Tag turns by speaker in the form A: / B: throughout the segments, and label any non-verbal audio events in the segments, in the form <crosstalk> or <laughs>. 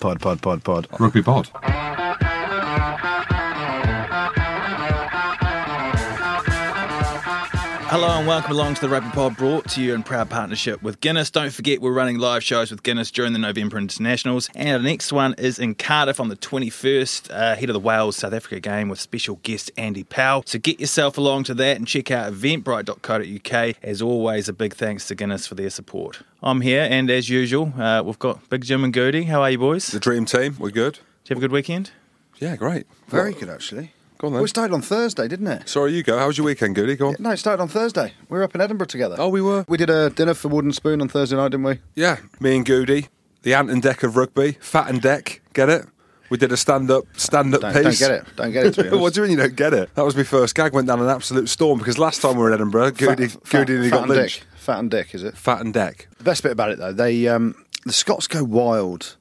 A: Pod, pod, pod, pod.
B: Rugby pod.
A: Hello and welcome along to the Rugby Pod, brought to you in proud partnership with Guinness. Don't forget, we're running live shows with Guinness during the November internationals, and our next one is in Cardiff on the 21st, uh, ahead of the Wales South Africa game with special guest Andy Powell. So get yourself along to that and check out eventbrite.co.uk. As always, a big thanks to Guinness for their support. I'm here, and as usual, uh, we've got Big Jim and Goody. How are you, boys?
C: The
A: Did
C: dream team, we're good.
A: you have a good weekend?
C: Yeah, great.
D: Very good, actually.
C: Go on then.
D: We started on Thursday, didn't it?
C: Sorry, you go. How was your weekend, Goody? Go on.
D: No, it started on Thursday. We were up in Edinburgh together.
C: Oh, we were?
D: We did a dinner for Wooden Spoon on Thursday night, didn't we?
C: Yeah, me and Goody, the ant and deck of rugby, fat and deck. Get it? We did a stand-up stand-up
D: Don't- don't
C: piece.
D: get it. Don't get
C: <laughs>
D: it, to be honest.
C: what do you mean you don't get it? That was my first gag. Went down an absolute storm because last time we were in Edinburgh, Goody,
D: Fat- fat-
C: Goody, and he
D: Fat
C: got
D: and
C: lynched.
D: Dick. Fat and Dick, is it?
C: Fat and deck.
D: The best bit about it, though, they um, the Scots go wild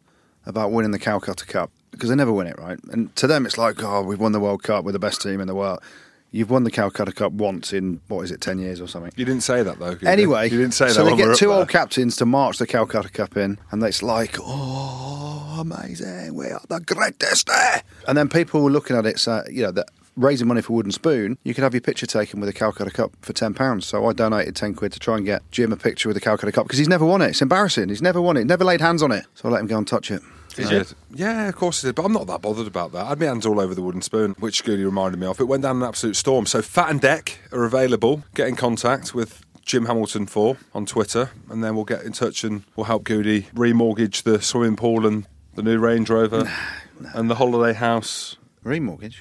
D: about winning the Calcutta Cup because they never win it, right? And to them, it's like, oh, we've won the World Cup. We're the best team in the world. You've won the Calcutta Cup once in what is it, ten years or something?
C: You didn't say that though. Goody.
D: Anyway,
C: you didn't say that.
D: so they
C: when we were
D: get
C: up
D: two
C: there.
D: old captains to march the Calcutta Cup in, and it's like, oh, amazing, we are the greatest there. And then people were looking at it, so, you know, that raising money for Wooden Spoon, you could have your picture taken with a Calcutta Cup for £10. So I donated 10 quid to try and get Jim a picture with the Calcutta Cup because he's never won it. It's embarrassing. He's never won it, never laid hands on it. So I let him go and touch it.
C: I did. Yeah, of course I did. But I'm not that bothered about that. I had my hands all over the wooden spoon, which Goody reminded me of. It went down an absolute storm. So Fat and Deck are available. Get in contact with Jim Hamilton Four on Twitter, and then we'll get in touch and we'll help Goody remortgage the swimming pool and the new Range Rover and the holiday house.
D: Remortgage?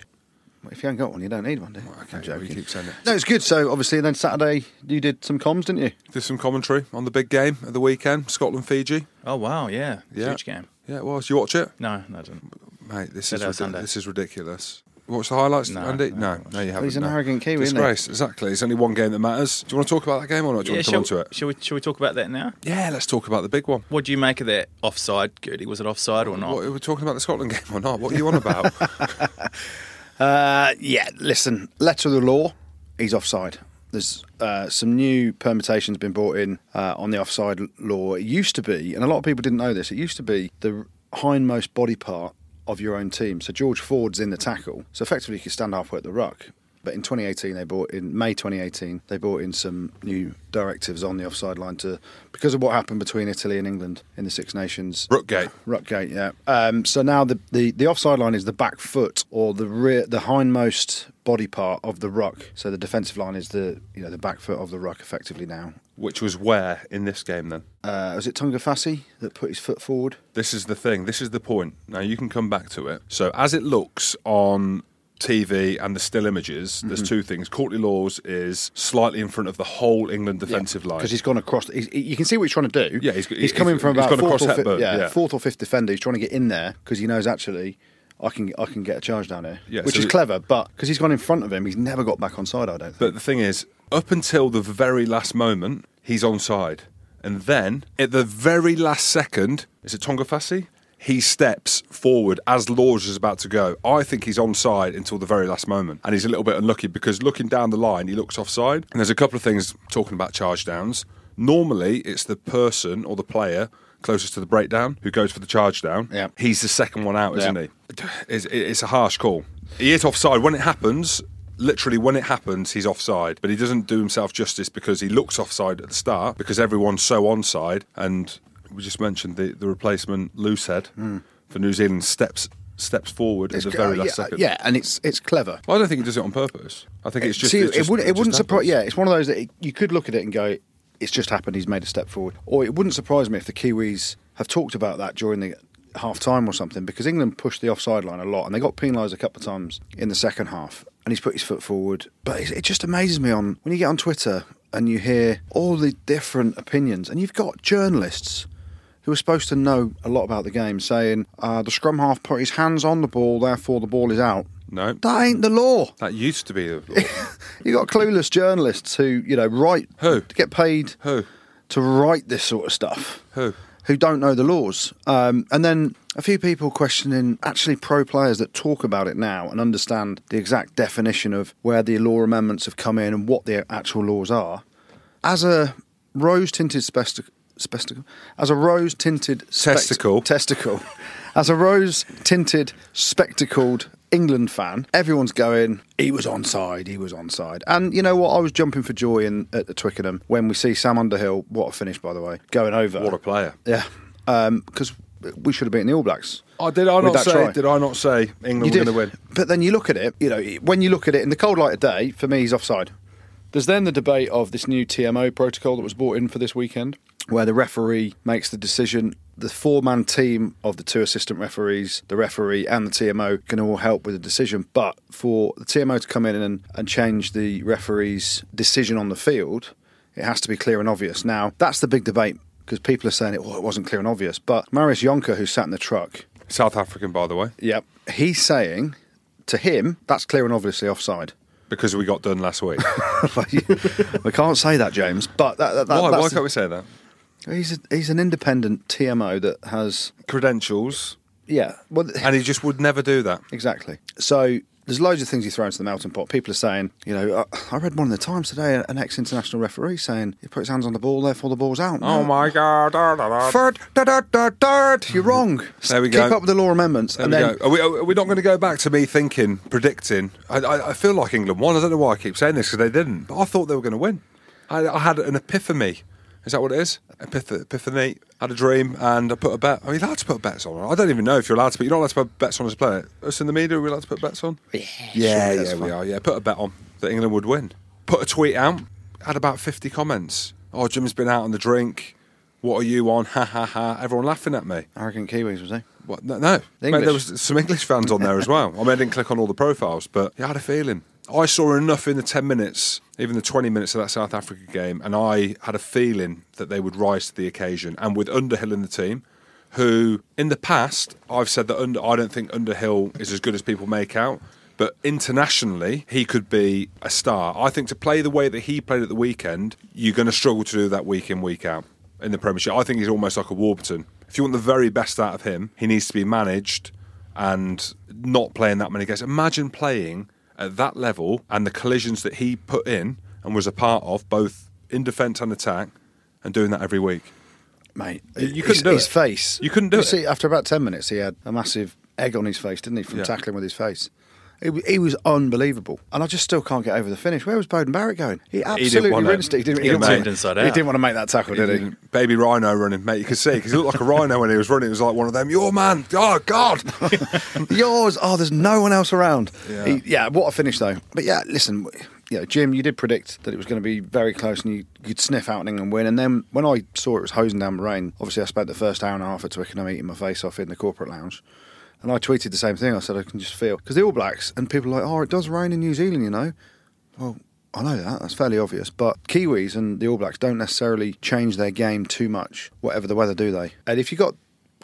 D: Well, if you haven't got one, you don't need one, do you? I'm
C: well, you
D: joking.
C: keep saying that.
D: No, it's good. So obviously, then Saturday, you did some comms, didn't you?
C: Did some commentary on the big game of the weekend, Scotland Fiji.
A: Oh, wow, yeah.
C: Yeah.
A: Huge game.
C: Yeah, it was. You watch it,
A: No, no, I didn't.
C: mate? This
A: Yeah,
C: is
A: that was
C: ridic-
A: Sunday.
C: this is ridiculous. Watch the highlights,
A: No,
C: Andy?
A: no, I
C: No,
A: haven't
C: no, you haven't.
D: He's an
C: no.
D: arrogant Kiwi, isn't he?
C: Disgrace, exactly. It's only one game that matters. Do you want to talk about that game or not? Do you want to
A: shall,
C: come on to it?
A: shall we, shall we talk about that now?
C: Yeah, let's talk about the big one.
A: What do you make of that offside, Gertie? Was it offside or not?
C: What, are we talking about the Scotland game or not? What are you on
A: <laughs>
C: about?
D: Uh, yeah, listen, letter of the law, he's offside. There's uh, some new permutations been brought in uh, on the offside law. It used to be, and a lot of people didn't know this, it used to be the hindmost body part of your own team. So George Ford's in the tackle, so effectively you could stand halfway at the ruck. But in 2018, they brought in May 2018, they brought in some new directives on the offside line to because of what happened between Italy and England in the Six Nations.
C: Brookgate.
D: Rutgate, yeah. Um, so now the, the, the offside line is the back foot or the rear, the hindmost body part of the ruck. So the defensive line is the you know the back foot of the ruck effectively now.
C: Which was where in this game then?
D: Uh, was it Tunga Fassi that put his foot forward?
C: This is the thing. This is the point. Now you can come back to it. So as it looks on TV and the still images, there's
D: Mm-hmm.
C: two things. Courtney Laws is slightly in front of the whole England defensive line.
D: Because he's gone across. He's, he- you can see what he's trying to do.
C: Yeah, he's-
D: he's,
C: he's-
D: coming from
C: he's
D: about
C: gone across
D: fourth, or fifth,
C: Hepburn,
D: yeah,
C: yeah.
D: fourth or fifth defender. He's trying to get in there because he knows actually. I can I can get a charge down here,
C: Yeah,
D: which
C: so
D: is
C: the-
D: clever. But because he's gone in front of him, he's never got back on side. I don't. Think.
C: But the thing is, up until the very last moment, he's onside. And then, at the very last second, is it Tonga Fassi? He steps forward as Laws is about to go. I think he's onside until the very last moment. And he's a little bit unlucky because looking down the line, he looks offside. And there's a couple of things talking about charge downs. Normally, it's the person or the player closest to the breakdown who goes for the charge down.
D: Yeah.
C: He's the second one out, isn't
D: Yeah.
C: he? It's, it's a harsh call. He is offside when it happens. Literally, when it happens, he's offside, but he doesn't do himself justice because he looks offside at the start because everyone's so onside. And we just mentioned the, the replacement Loosehead for New Zealand steps steps forward at the very
D: Uh,
C: last
D: yeah,
C: second.
D: yeah, and it's it's clever.
C: Well, I don't think he does it on purpose. I think it's just
D: See,
C: it's just-
D: it would
C: just
D: wouldn't surprise.
C: happens.
D: Yeah, it's one of those that it, you could look at it and go, "It's just happened. He's made a step forward." Or it wouldn't surprise me if the Kiwis have talked about that during the half time or something, because England pushed the offside line a lot and they got penalised a couple of times in the second half. And he's put his foot forward, but it, it just amazes me on when you get on Twitter and you hear all the different opinions, and you've got journalists who are supposed to know a lot about the game saying uh, the scrum half put his hands on the ball, therefore the ball is out.
C: No.
D: That ain't the law.
C: That used to be the law.
D: <laughs> You got clueless journalists who, you know, write
C: Who?
D: to get paid
C: Who?
D: to write this sort of stuff.
C: Who?
D: Who don't know the laws. Um, and then a few people questioning actually pro players that talk about it now and understand the exact definition of where the law amendments have come in and what the actual laws are. As a rose tinted spectacle. As a rose tinted
C: Testicle.
D: testicle, As a rose tinted, spectacled England fan, everyone's going, he was onside, he was onside. And you know what? I was jumping for joy in, at the Twickenham when we see Sam Underhill, what a finish, by the way, going over.
C: What a player.
D: Yeah. Because we should have beaten the All Blacks.
C: I did I
D: with
C: not
D: that
C: say?
D: try.
C: Did I not say England were
D: You
C: going to win?
D: did. But then you look at it, you know, when you look at it in the cold light of day, for me, he's offside. There's then the debate of this new TMO protocol that was brought in for this weekend, where the referee makes the decision. The four man team of the two assistant referees, the referee, and the TMO can all help with the decision. But for the TMO to come in and, and change the referee's decision on the field, it has to be clear and obvious. Now, that's the big debate because people are saying, oh, it wasn't clear and obvious. But Marius Jonker, who sat in the truck,
C: South African, by the way,
D: Yep. He's saying to him, that's clear and obviously offside. <laughs>
C: because we got done last week.
D: we can't say that, James. But that, that, that,
C: Why? Why
D: that's
C: can't we say that?
D: he's, a, he's an independent TMO that has.
C: Credentials,
D: Yeah. Well,
C: and he just would never do that.
D: Exactly. So there's loads of things you throw into the melting pot. People are saying, you know, I, I read one in the Times today, an ex international referee saying, he put his hands on the ball, therefore the ball's out.
C: Oh my God! da, da, da.
D: Third, da, da, da, third. You're wrong.
C: There we
D: Keep
C: go.
D: up with the law amendments.
C: There
D: and
C: we
D: then
C: go. Are we, are we not going to go back to me thinking, predicting? I, I, I feel like England won. I don't know why I keep saying this because they didn't. But I thought they were going to win. I, I had an epiphany. Is that what it is? Epith- epiphany. I had a dream and I put a bet. Are we allowed to put bets on? I don't even know if you're allowed to, but you're not allowed to put bets on as a player. Us in the media, are we allowed to put bets on? Yeah, yeah,
D: sure,
C: yeah,
D: that's
C: we
D: fine.
C: are. Yeah, put a bet on that England would win. Put a tweet out. Had about 50 comments. Oh, Jim's been out on the drink. What are you on? Ha ha ha. Everyone laughing at me.
D: Arrogant Kiwis, was he?
C: What? No, no. Mate,
D: The
C: there
D: English.
C: was some English fans on there as well. I mean, I didn't click on all the profiles, but yeah, I had a feeling. I saw enough in the 10 minutes, even the 20 minutes of that South Africa game, and I had a feeling that they would rise to the occasion. And with Underhill in the team, who in the past, I've said that under, I don't think Underhill is as good as people make out, but internationally, he could be a star. I think to play the way that he played at the weekend, you're going to struggle to do that week in, week out in the Premiership. I think he's almost like a Warburton. If you want the very best out of him, he needs to be managed and not playing that many games. Imagine playing at that level and the collisions that he put in and was a part of, both in defence and attack, and doing that every week.
D: mate.
C: you
D: his,
C: couldn't do
D: his
C: it.
D: face.
C: You couldn't do
D: You
C: it.
D: See, after about ten minutes, he had a massive egg on his face, didn't he, from
C: Yeah.
D: tackling with his face? He, wa- he was unbelievable, and I just still can't get over the finish. Where was Bowden Barrett going? He absolutely
C: want it.
D: rinsed it. He didn't,
C: He
D: didn't
C: got
D: want
A: tipped
D: to-
A: inside
D: He
A: out.
D: didn't want to make that tackle, did he?
C: Baby rhino running, mate. You could see because he looked like a rhino when he was running. It was like one of them. Your man. Oh <laughs> God.
D: <laughs> Yours. Oh, there's no one else around.
C: Yeah.
D: He- yeah, what a finish though. But yeah, listen, w- you know, Jim, you did predict that it was going to be very close, and you, you'd sniff out an England win. And then when I saw it was hosing down the rain, obviously I spent the first hour and a half at Twickenham eating my face off in the corporate lounge. And I tweeted the same thing. I said I can just feel because the All Blacks and people are like, oh, it does rain in New Zealand, you know. Well, I know that. That's fairly obvious. But Kiwis and the All Blacks don't necessarily change their game too much, whatever the weather, do they? And if you got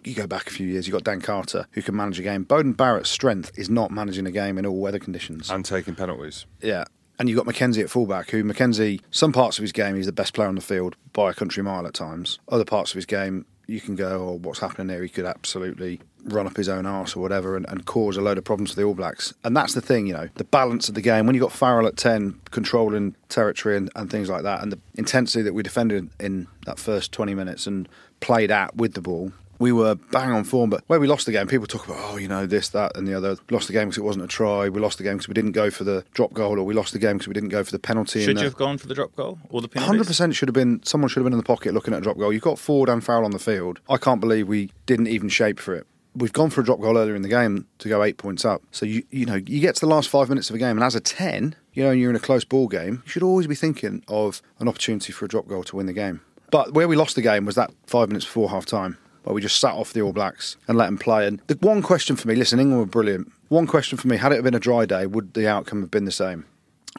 D: you go back a few years, you got Dan Carter who can manage a game. Bowden Barrett's strength is not managing a game in all weather conditions.
C: and taking penalties.
D: Yeah. And you've got McKenzie at fullback, who McKenzie, some parts of his game, he's the best player on the field by a country mile at times. Other parts of his game, you can go, oh, what's happening there? He could absolutely run up his own arse or whatever and, and cause a load of problems for the All Blacks. And that's the thing, you know, the balance of the game. When you've got Farrell at 10, controlling territory and, and things like that, and the intensity that we defended in that first 20 minutes and played at with the ball, we were bang on form, but where we lost the game, people talk about, oh, you know, this, that, and the other. Lost the game because it wasn't a try. We lost the game because we didn't go for the drop goal, or we lost the game because we didn't go for the penalty.
A: Should
D: and
A: you have gone for the drop goal or the penalty?
D: Hundred percent should have been someone should have been in the pocket looking at a drop goal. You've got Ford and Farrell on the field. I can't believe we didn't even shape for it. We've gone for a drop goal earlier in the game to go eight points up. So you you know you get to the last five minutes of a game, and as a ten, you know, and you're in a close ball game, you should always be thinking of an opportunity for a drop goal to win the game. But where we lost the game was that five minutes before half time, where we just sat off the All Blacks and let them play. And the one question for me, listen, England were brilliant. One question for me: had it been a dry day, would the outcome have been the same?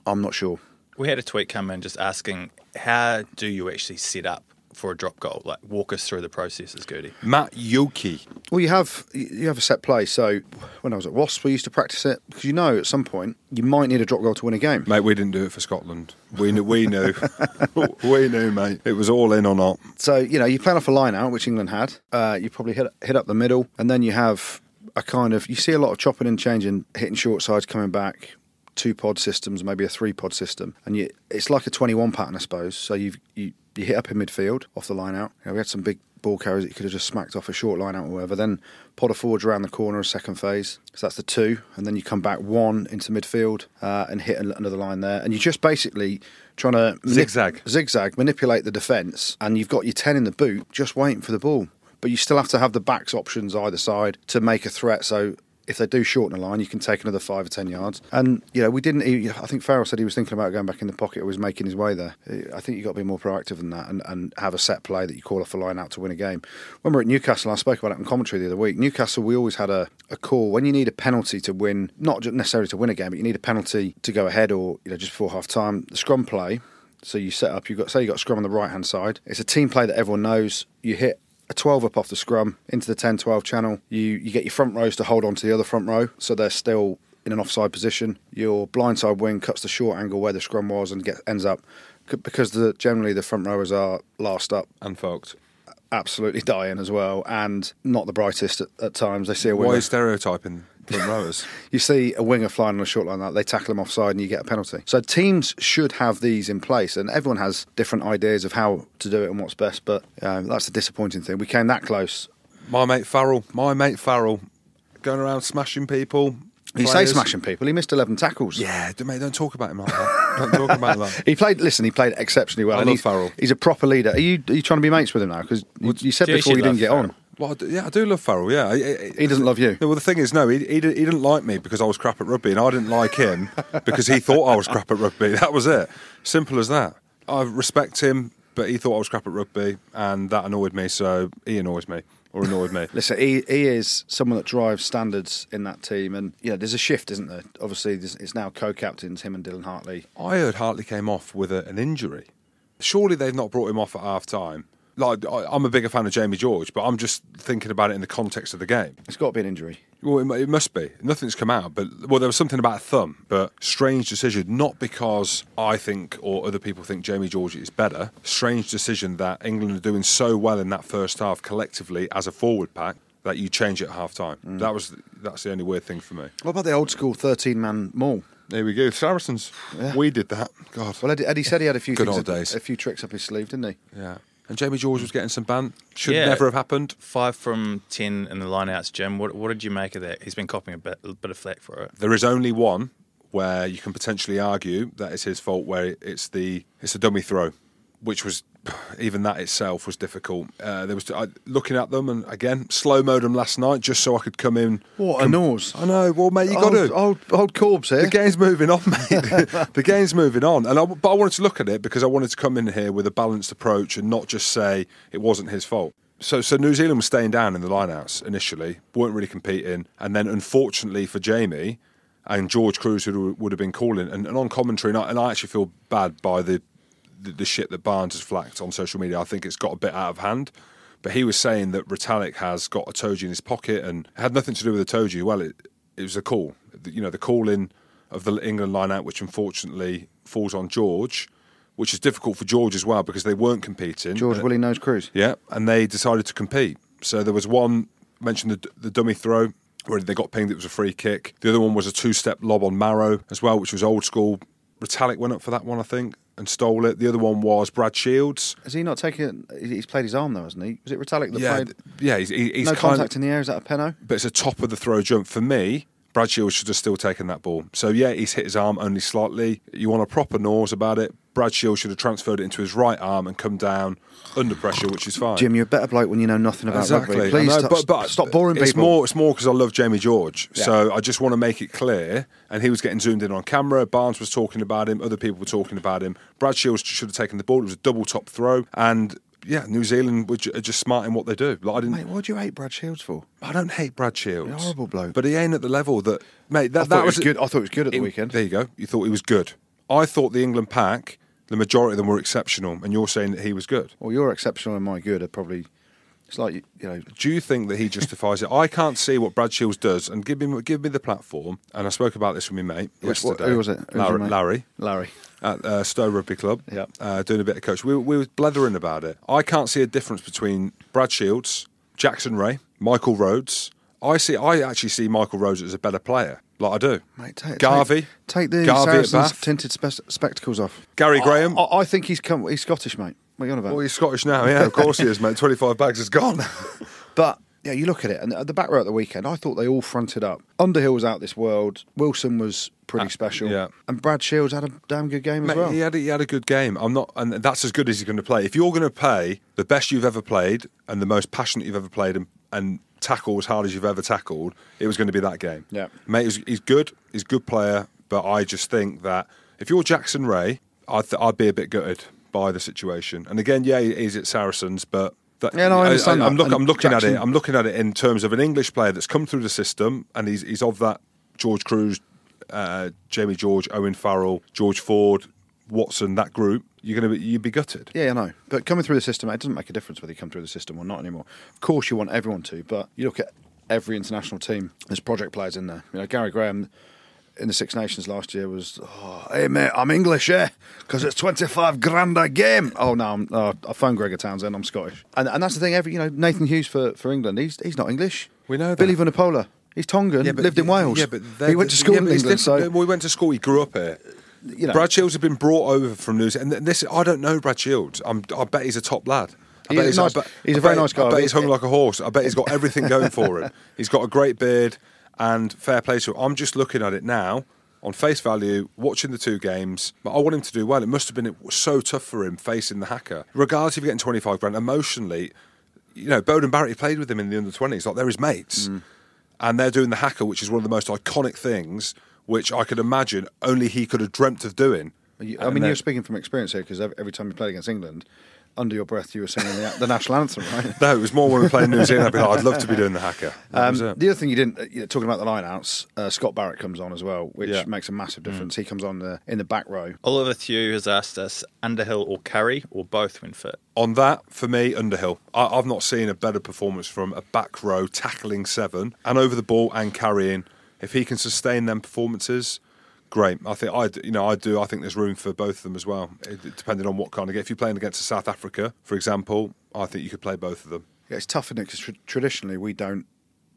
D: I'm not sure.
A: We had a tweet come in just asking, how do you actually set up for a drop goal? Like, walk us through the processes, Gertie.
C: Matt Yoki.
D: Well, you have you have a set play. So when I was at Wasps, we used to practice it because you know at some point you might need a drop goal to win a game.
C: Mate, we didn't do it for Scotland. We knew, we knew, <laughs> we knew, mate. It was all in or not.
D: So you know you plan off a line out, which England had. Uh, you probably hit hit up the middle, and then you have a kind of you see a lot of chopping and changing, hitting short sides, coming back, two pod systems, maybe a three pod system, and you, it's like a 21 pattern, I suppose. So you've, you you hit up in midfield off the line out. You know, we had some big ball carriers that you could have just smacked off a short line out or whatever. Then pod of forwards around the corner, a second phase. So that's the two, and then you come back one into midfield uh, and hit an- another line there, and you're just basically trying to manip-
C: Zigzag.
D: zigzag, manipulate the defence, and you've got your 10 in the boot just waiting for the ball. But you still have to have the backs options either side to make a threat. So if they do shorten a line, you can take another five or 10 yards. And, you know, we didn't, e- I think Farrell said he was thinking about going back in the pocket or was making his way there. I think you've got to be more proactive than that and, and have a set play that you call off a line out to win a game. When we we're at Newcastle, I spoke about it in commentary the other week. Newcastle, we always had a, a call when you need a penalty to win, not just necessarily to win a game, but you need a penalty to go ahead or, you know, just before half time, the scrum play. So you set up, you've got, say you've got scrum on the right hand side. It's a team play that everyone knows. You hit a 12 up off the scrum into the 10 12 channel. You, you get your front rows to hold on to the other front row. So they're still in an offside position. Your blindside wing cuts the short angle where the scrum was and get, ends up c- because the, generally the front rowers are last up,
C: And fucked.
D: absolutely <laughs> dying as well, and not the brightest at, at times. They see a
C: Why
D: winger.
C: are you stereotyping front rowers?
D: You see a winger flying on a short line like that, they tackle him offside and you get a penalty. So teams should have these in place, and everyone has different ideas of how to do it and what's best. But um, that's the disappointing thing. We came that close.
C: My mate Farrell, my mate Farrell, going around smashing people.
D: You say
C: players.
D: smashing people. He missed eleven tackles.
C: Yeah, d- mate, don't talk about him like that. don't talk about him like that.
D: He played. Listen, he played exceptionally well.
C: I
D: and
C: love
D: he's,
C: Farrell.
D: He's a proper leader. Are you are you trying to be mates with him now? Because you, you said
A: do you
D: before you
A: actually
D: didn't
A: love
D: get on.
C: Well, I d- yeah, I do love Farrell. Yeah, I- I-
D: He doesn't love you.
C: No, well, the thing is, no, he, he, di- he didn't like me because I was crap at rugby, and I didn't like him because he thought I was crap at rugby. That was it. Simple as that. I respect him, but he thought I was crap at rugby, and that annoyed me. So he annoys me, or annoyed me.
D: Listen, he, he is someone that drives standards in that team, and you know there's a shift, isn't there? Obviously, there's, it's now co-captains him and Dylan Hartley.
C: I heard Hartley came off with a, an injury. Surely they've not brought him off at half time. Like I, I'm a bigger fan of Jamie George, but I'm just thinking about it in the context of the game.
D: It's got to be an injury.
C: Well, it, mu- it must be. Nothing's come out, but well, there was something about a thumb, but strange decision. Not because I think or other people think Jamie George is better. Strange decision that England are doing so well in that first half collectively as a forward pack that you change it at half time. That was that's the only weird thing for me.
D: What about the old school 13 man mall?
C: There we go, Saracens. We did that. God.
D: Well, Eddie, Eddie said he had a few
C: Good
D: things
C: old
D: up-
C: days.
D: a few tricks up his sleeve, didn't he?
C: Yeah. And Jamie George was getting some ban. Should
A: Yeah.
C: never have happened.
A: Five from ten in the lineouts, Jim. What, what did you make of that? He's been copying a bit, a bit of flack for it.
C: There is only one where you can potentially argue that it's his fault, where it's the it's a dummy throw, which was <sighs> even that itself was difficult. Uh, there was I, looking at them and again slow mode them last night just so I could come in.
D: What Oh, a nose.
C: I know. Well, mate, you got to.
D: old, old, old Corbs here.
C: The game's moving on, mate. the game's moving on, and I, but I wanted to look at it because I wanted to come in here with a balanced approach and not just say it wasn't his fault. So, so New Zealand was staying down in the lineouts initially, weren't really competing, and then unfortunately for Jamie and George Cruz, who would have been calling, and, and on commentary, and I, and I actually feel bad by the, the the shit that Barnes has flacked on social media. I think it's got a bit out of hand. But he was saying that Retallick has got a Toji in his pocket and it had nothing to do with a Toji. Well, it, it was a call. The- You know, the call in of the England line out, which unfortunately falls on George, which is difficult for George as well because they weren't competing.
D: George
C: Uh,
D: Willie Nose Cruz.
C: yeah, and they decided to compete. So there was one mentioned the, the dummy throw where they got pinged. It was a free kick. The other one was a two-step lob on Marrow as well, which was old school. Retallick went up for that one, I think, and stole it. The other one was Brad Shields.
D: Has he not taken it? He's played his arm though, hasn't he? Was it Retallick that
C: Yeah,
D: played?
C: th- yeah, he's, he- he's
D: no
C: kind
D: contact in the air. Is that a penno?
C: but it's a top of the throw jump for me. Brad Shields should have still taken that ball. So yeah, he's hit his arm only slightly. You want a proper nose about it. Brad Shields should have transferred it into his right arm and come down under pressure, which is fine.
D: Jim, you're a better bloke when you know nothing about rugby. Please
C: Uh, I know,
D: stop,
C: but, but
D: stop boring
C: it's
D: people.
C: More, it's more because I love Jamie George.
D: Yeah.
C: So I just want to make it clear. And he was getting zoomed in on camera. Barnes was talking about him. Other people were talking about him. Brad Shields should have taken the ball. It was a double top throw. And yeah, New Zealand were ju- are just smart in what they do. Like I didn't.
D: Mate, what do you hate Brad Shields for?
C: I don't hate Brad Shields.
D: He's a horrible bloke.
C: But he ain't at the level that, mate. That,
D: I thought
C: that
D: it was good. I thought it was good at the
C: it-
D: weekend.
C: There you go. You thought he was good. I thought the England pack, the majority of them were exceptional, and you're saying that he was good.
D: Well, you're exceptional and my good are probably. It's like you know.
C: Do you think that he justifies it? I can't see what Brad Shields does, and give him give me the platform. And I spoke about this with my mate
D: What,
C: yesterday.
D: who was it? Who was your
C: Larry,
D: mate?
C: Larry
D: Larry.
C: at uh, Stowe Rugby Club.
D: Yep.
C: uh, doing a bit of coach. We, we were blethering about it. I can't see a difference between Brad Shields, Jackson Ray, Michael Rhodes. I see. I actually see Michael Rhodes as a better player. Like I do.
D: Mate, take,
C: Garvey.
D: Take, take the
C: Garvey at
D: Saracens
C: Bath.
D: tinted spe- spectacles off.
C: Gary Graham.
D: I, I- I think he's come. He's Scottish, mate. What are you on about?
C: Well, he's Scottish now. Yeah, of course he is,
D: <laughs>
C: mate. 25 bags is gone.
D: But yeah, you look at it, and at the back row at the weekend, I thought they all fronted up. Underhill was out this world. Wilson was pretty special.
C: Uh, yeah.
D: And Brad Shields had a damn good game as
C: Mate,
D: well.
C: he, had a, he had a good game. I'm not, and that's as good as he's going to play. If you're going to play the best you've ever played and the most passionate you've ever played and, and tackle as hard as you've ever tackled, it was going to be that game.
D: Yeah.
C: mate, he's, he's good. He's a good player, but I just think that if you're Jackson Ray, I th- I'd be a bit gutted by the situation. And again, yeah, he's at Saracens, but. That,
D: Yeah, no, I understand
C: am
D: that.
C: look, I'm
D: And
C: looking at
D: Jackson-
C: it. I'm looking at it in terms of an English player that's come through the system, and he's he's of that George Cruz, uh, Jamie George, Owen Farrell, George Ford, Watson, that group. You're gonna be, you'd be gutted.
D: Yeah, I know. But coming through the system, it doesn't make a difference whether you come through the system or not anymore. Of course, you want everyone to, but you look at every international team, there's project players in there. You know, Gary Graham in the Six Nations last year was, oh, hey, mate, I'm English, yeah, because it's 25 grand a game. Oh, no, I'm, oh, I phoned Gregor Townsend, I'm Scottish. And, and that's the thing, every, you know, Nathan Hughes for, for England, he's, he's not English.
C: We know that.
D: Billy Vanapola, he's Tongan, lived in Wales.
C: Yeah, but
D: he went to school in England, so,
C: we went to school. He grew up here.
D: you know.
C: Brad Shields had been brought over from New Zealand. And this, I don't know Brad Shields. I'm, I bet he's a top lad. I bet
D: He's a
C: I
D: nice-
C: bet-
D: he's
C: I
D: a very
C: bet-
D: nice guy.
C: I bet he's hung like a horse. I bet he's got everything going for
D: <laughs>
C: him. He's got a great beard and fair play to him. I'm just looking at it now on face value, watching the two games. But I want him to do well. It must have been so tough for him facing the hacker. Regardless of getting 25 grand, emotionally, you know, Bowden Barrett played with him in the under 20s. Like, they're his mates.
D: Mm.
C: And they're doing the hacker, which is one of the most iconic things, which I could imagine only he could have dreamt of doing.
D: You- I
C: And
D: mean,
C: then-
D: you're speaking from experience here because every time you played against England, under your breath you were singing the, the national anthem,
C: <laughs>
D: right?
C: No, it was more when we played New Zealand. I'd be like, I'd love to be doing the hacker. That
D: Um,
C: was
D: the
C: it.
D: other thing you didn't, uh, you know, talking about the lineouts, uh, Scott Barrett comes on as well, which
C: Yeah. Mm.
D: makes a massive difference. He comes on the, in the back row.
A: Oliver Thew has asked us Underhill or Curry or both when fit.
C: On that, for me, Underhill. I, I've not seen a better performance from a back row tackling seven and over the ball and carrying. If he can sustain them performances, great. I think I, d- you know, I do. I think there's room for both of them as well, it- it- depending on what kind of game. If you're playing against South Africa, for example, I think you could play both of them.
D: Yeah, it's tough, isn't it? Because tra- traditionally we don't,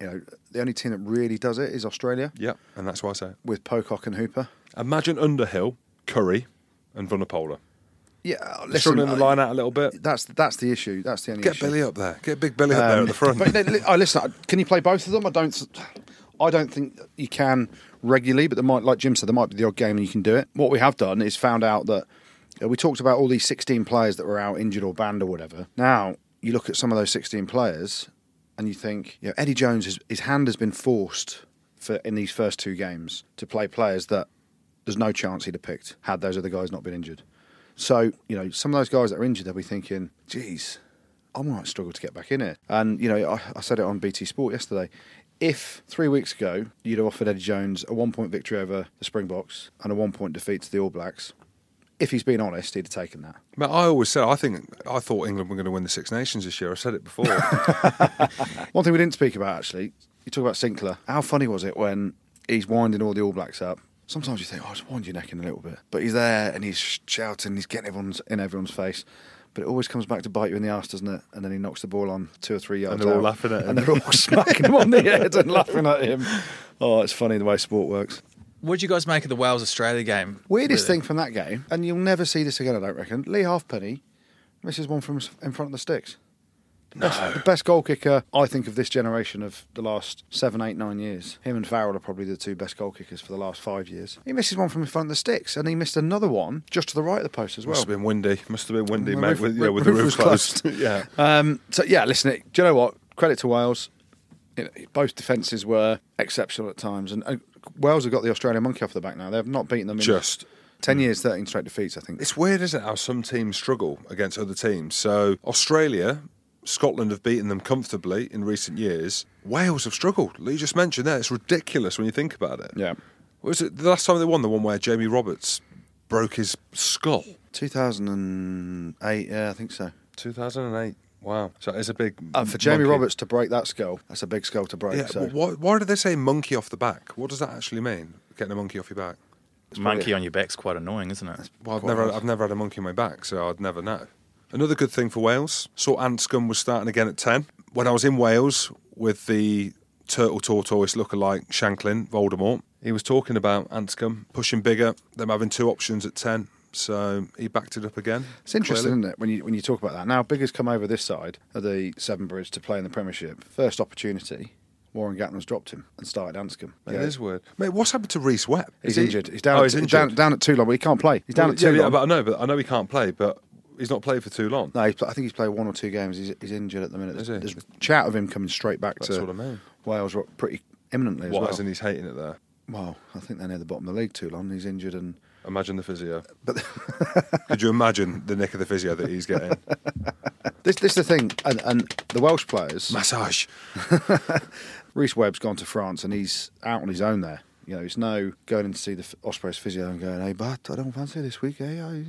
D: you know, the only team that really does it is Australia
C: Yeah, and that's why I say it.
D: with Pocock and Hooper.
C: Imagine Underhill, Curry, and Vunapola.
D: Yeah, uh, listen,
C: Struggling the
D: uh,
C: line out a little bit.
D: That's that's the issue. That's the only
C: Get
D: issue.
C: Billy up there. Get big Billy up there
D: Um,
C: at the front. <laughs>
D: But li- oh, listen, can you play both of them? I don't. I don't think you can regularly, but there might, like Jim said, there might be the odd game and you can do it. What we have done is found out that uh, we talked about all these 16 players that were out injured or banned or whatever. Now you look at some of those 16 players and you think, you know, Eddie Jones, his, his hand has been forced for in these first two games to play players that there's no chance he'd have picked had those other guys not been injured. So, you know, some of those guys that are injured, they'll be thinking, geez, I might struggle to get back in it. And, you know, I, I said it on BT Sport yesterday. If three weeks ago you'd have offered Eddie Jones a one point victory over the Springboks and a one point defeat to the All Blacks, if he's been honest, he'd have taken that.
C: Mate, I always said I think I thought England were going to win the Six Nations this year. I said it <laughs> before.
D: One thing we didn't speak about actually, you talk about Sinclair. How funny was it when he's winding all the All Blacks up? Sometimes you think, oh, just wind your neck in a little bit. But he's there and he's shouting, he's getting everyone's in everyone's face. But it always comes back to bite you in the arse, doesn't it? And then he knocks the ball on two or three yards.
C: they're all
D: out,
C: laughing at him.
D: And they're all <laughs> smacking him on the head and laughing at him. Oh, it's funny the way sport works.
A: What did you guys make of the Wales Australia game?
D: Weirdest
A: Really?
D: thing from that game, and you'll never see this again, I don't reckon. Lee Halfpenny misses one from s- in front of the sticks. The best, the best goal kicker, I think, of this generation of the last seven, eight, nine years. Him and Farrell are probably the two best goal kickers for the last five years. He misses one from in front of the sticks, and he missed another one just to the right of the post as well.
C: Must have been windy. Must have been windy,
D: The
C: mate.
D: roof-
C: with, yeah,
D: roof-
C: with the roof,
D: roof was
C: closed. <laughs>
D: closed.
C: yeah.
D: Um, so yeah, listen. it- Do you know what? Credit to Wales. You know, both defences were exceptional at times, and uh, Wales have got the Australian monkey off the back now. They've not beaten them in
C: Just.
D: ten years, thirteen straight defeats. I think
C: It's weird, isn't it, how some teams struggle against other teams? So Australia, Scotland have beaten them comfortably in recent years. Wales have struggled. You just mentioned that. It's ridiculous when you think about it.
D: Yeah.
C: Was it the last time they won the one where Jamie Roberts broke his skull?
D: 2008, yeah, I think so.
C: 2008. Wow. So it's a big.
D: And Oh, for Jamie
C: monkey.
D: Roberts to break that skull, that's a big skull to break.
C: Yeah,
D: so
C: well, why, why do they say monkey off the back? What does that actually mean? Getting a monkey off your back?
A: Monkey on your back's quite annoying, isn't it?
C: Well, I've
D: Quite
C: never,
D: nice.
C: I've never had a monkey on my back, so I'd never know. Another good thing for Wales, saw Anscombe was starting again at 10. When I was in Wales with the turtle tortoise lookalike Shanklin, Voldemort, He was talking about Anscombe pushing bigger, them having two options at 10. So he backed it up again.
D: It's interesting,
C: Clearly.
D: isn't it, when you when you talk about that? Now, Bigger's come over this side of the Seven Bridge to play in the Premiership. First opportunity, Warren Gatlin's dropped him and started Anscombe.
C: Mate,
D: Yeah.
C: It is weird. Mate, what's happened to Reese Webb?
D: He's
C: Is he-
D: injured. He's down.
C: Oh,
D: at,
C: he's
D: he's
C: injured.
D: down, down at Toulon. Well, he can't play. He's down at
C: yeah,
D: Toulon.
C: yeah, but I know, but I know he can't play, but he's not played for too long.
D: No, he's, I think he's played one or two games. He's, he's injured at the minute.
C: Is
D: There's,
C: he?
D: there's chat of him coming straight back
C: That's
D: to
C: what I mean.
D: Wales ro- pretty imminently as
C: What,
D: well.
C: as in he's hating it there?
D: well, I think they're near the bottom of the league. Toulon. He's injured and
C: Imagine the physio.
D: but
C: <laughs> Could you imagine the nick of the physio that he's getting?
D: <laughs> this this is the thing. And, and the Welsh players.
C: Massage.
D: Reese Webb's gone to France and he's out on his own there. You know, it's no going in to see the f- Ospreys physio and going, hey, but I don't fancy this week, eh? I,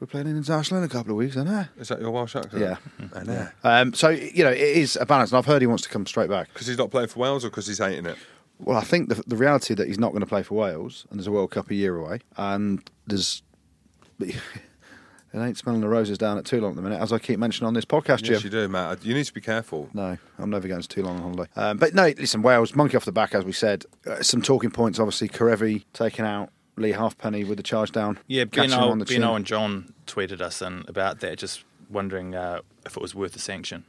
D: we're playing in international in a couple of weeks, and eh?
C: Is that your Welsh accent?
D: Yeah.
C: I know.
D: Um, so, you know, it is a balance. And I've heard he wants to come straight back.
C: Because he's not playing for Wales or because he's hating it?
D: Well, I think the, the reality that he's not going to play for Wales and there's a World Cup a year away and there's. <laughs> It ain't smelling the roses down at Toulon at the minute, as I keep mentioning on this podcast, Jim.
C: Yes, you do, Matt. You need to be careful.
D: No, I'm never going to too long on holiday. Um, but no, listen, Wales, monkey off the back, as we said. Uh, some talking points, obviously. Karevi taking out Lee Halfpenny with the charge down.
A: Yeah,
D: catching him
A: Beno,
D: on the
A: Beno
D: chin.
A: and John tweeted us in about that, just wondering uh, if it was worth the sanction.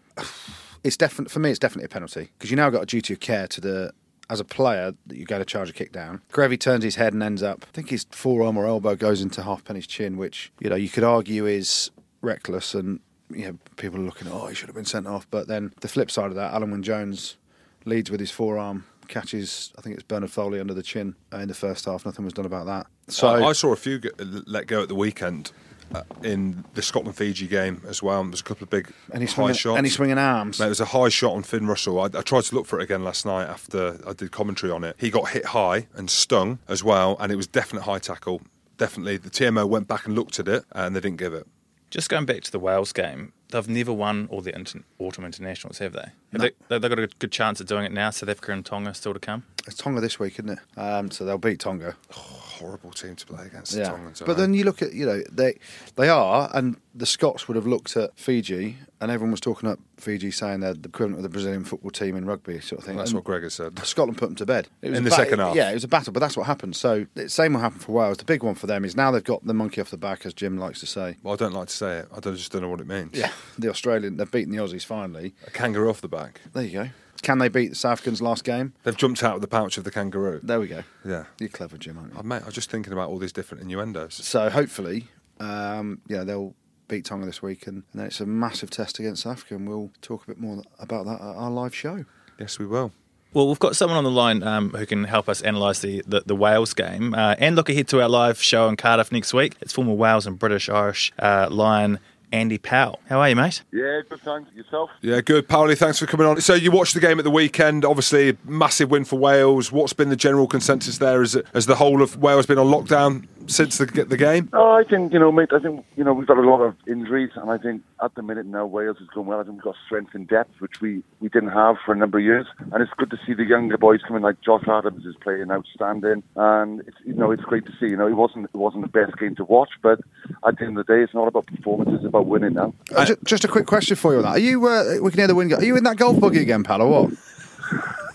D: It's definitely for me. It's definitely a penalty because you now got a duty of care to the as a player that you go to charge a kick down. Karevi turns his head and ends up. I think his forearm or elbow goes into Halfpenny's chin, which you know you could argue is reckless and. You know, people are looking. Oh, he should have been sent off. But then the flip side of that, Alan Wynne Jones leads with his forearm, catches, I think it's Bernard Foley under the chin uh, in the first half. Nothing was done about that. So
C: Uh, I, I saw a few get, let go at the weekend uh, in the Scotland Fiji game as well. And there's a couple of big
D: any
C: high
D: swinging,
C: shots.
D: any swinging arms.
C: Mate, it was a high shot on Finn Russell. I, I tried to look for it again last night after I did commentary on it. He got hit high and stung as well, and it was definite high tackle. Definitely, the TMO went back and looked at it, and they didn't give it.
A: Just going back to the Wales game, they've never won all the inter- autumn internationals, have they? Have they they- they've got a good chance of doing it now. South Africa and Tonga still to come.
D: It's Tonga this week, isn't it? Um, so they'll beat Tonga.
C: Horrible team to play against. The
D: Yeah,
C: Tongans, aren't
D: but
C: they?
D: then you look at you know they they are, and the Scots would have looked at Fiji, and everyone was talking up Fiji, saying they're the equivalent of the Brazilian football team in rugby, sort of thing.
C: that's
D: And
C: what Gregor said.
D: Scotland put them to bed It was
C: In
D: a
C: the second half.
D: Yeah, it was a battle, but that's what happened. So the same will happen for Wales. The big one for them is now they've got the monkey off the back, as Jim likes to say.
C: Well, I don't like to say it. I don't- just don't know what it means.
D: Yeah, <laughs> the Australian they've beaten the Aussies finally.
C: A kangaroo off the back.
D: There you go. Can they beat the South Africans last game?
C: They've jumped out of the pouch of the kangaroo.
D: There we go.
C: Yeah.
D: You're clever, Jim, aren't you?
C: Oh, mate, I was just thinking about all these different innuendos.
D: So hopefully, um, you know, they'll beat Tonga this week, and, and then it's a massive test against South Africa, and we'll talk a bit more about that at our live show.
C: Yes, we will.
A: Well, we've got someone on the line um, who can help us analyse the, the, the Wales game uh, and look ahead to our live show in Cardiff next week. It's former Wales and British Irish uh, Lion Andy Powell. How are you, mate?
B: Yeah, good thanks. Yourself?
C: Yeah, good. Pauli, thanks for coming on. So you watched the game at the weekend. Obviously, massive win for Wales. What's been the general consensus there? Is it, has the whole of Wales been on lockdown since the, the game?
B: Oh, I think, you know, mate, I think, you know, we've got a lot of injuries, and I think at the minute now Wales is going well. I think we've got strength and depth, which we, we didn't have for a number of years. And it's good to see the younger boys coming, like Josh Adams is playing outstanding. And, it's, you know, it's great to see. You know, it wasn't, it wasn't the best game to watch, but at the end of the day, it's not about performance, it's about winning now.
D: Uh, ju- just a quick question for you on that: Are you? Uh, we can hear the wind. go- Are you in that golf buggy again, pal, or what?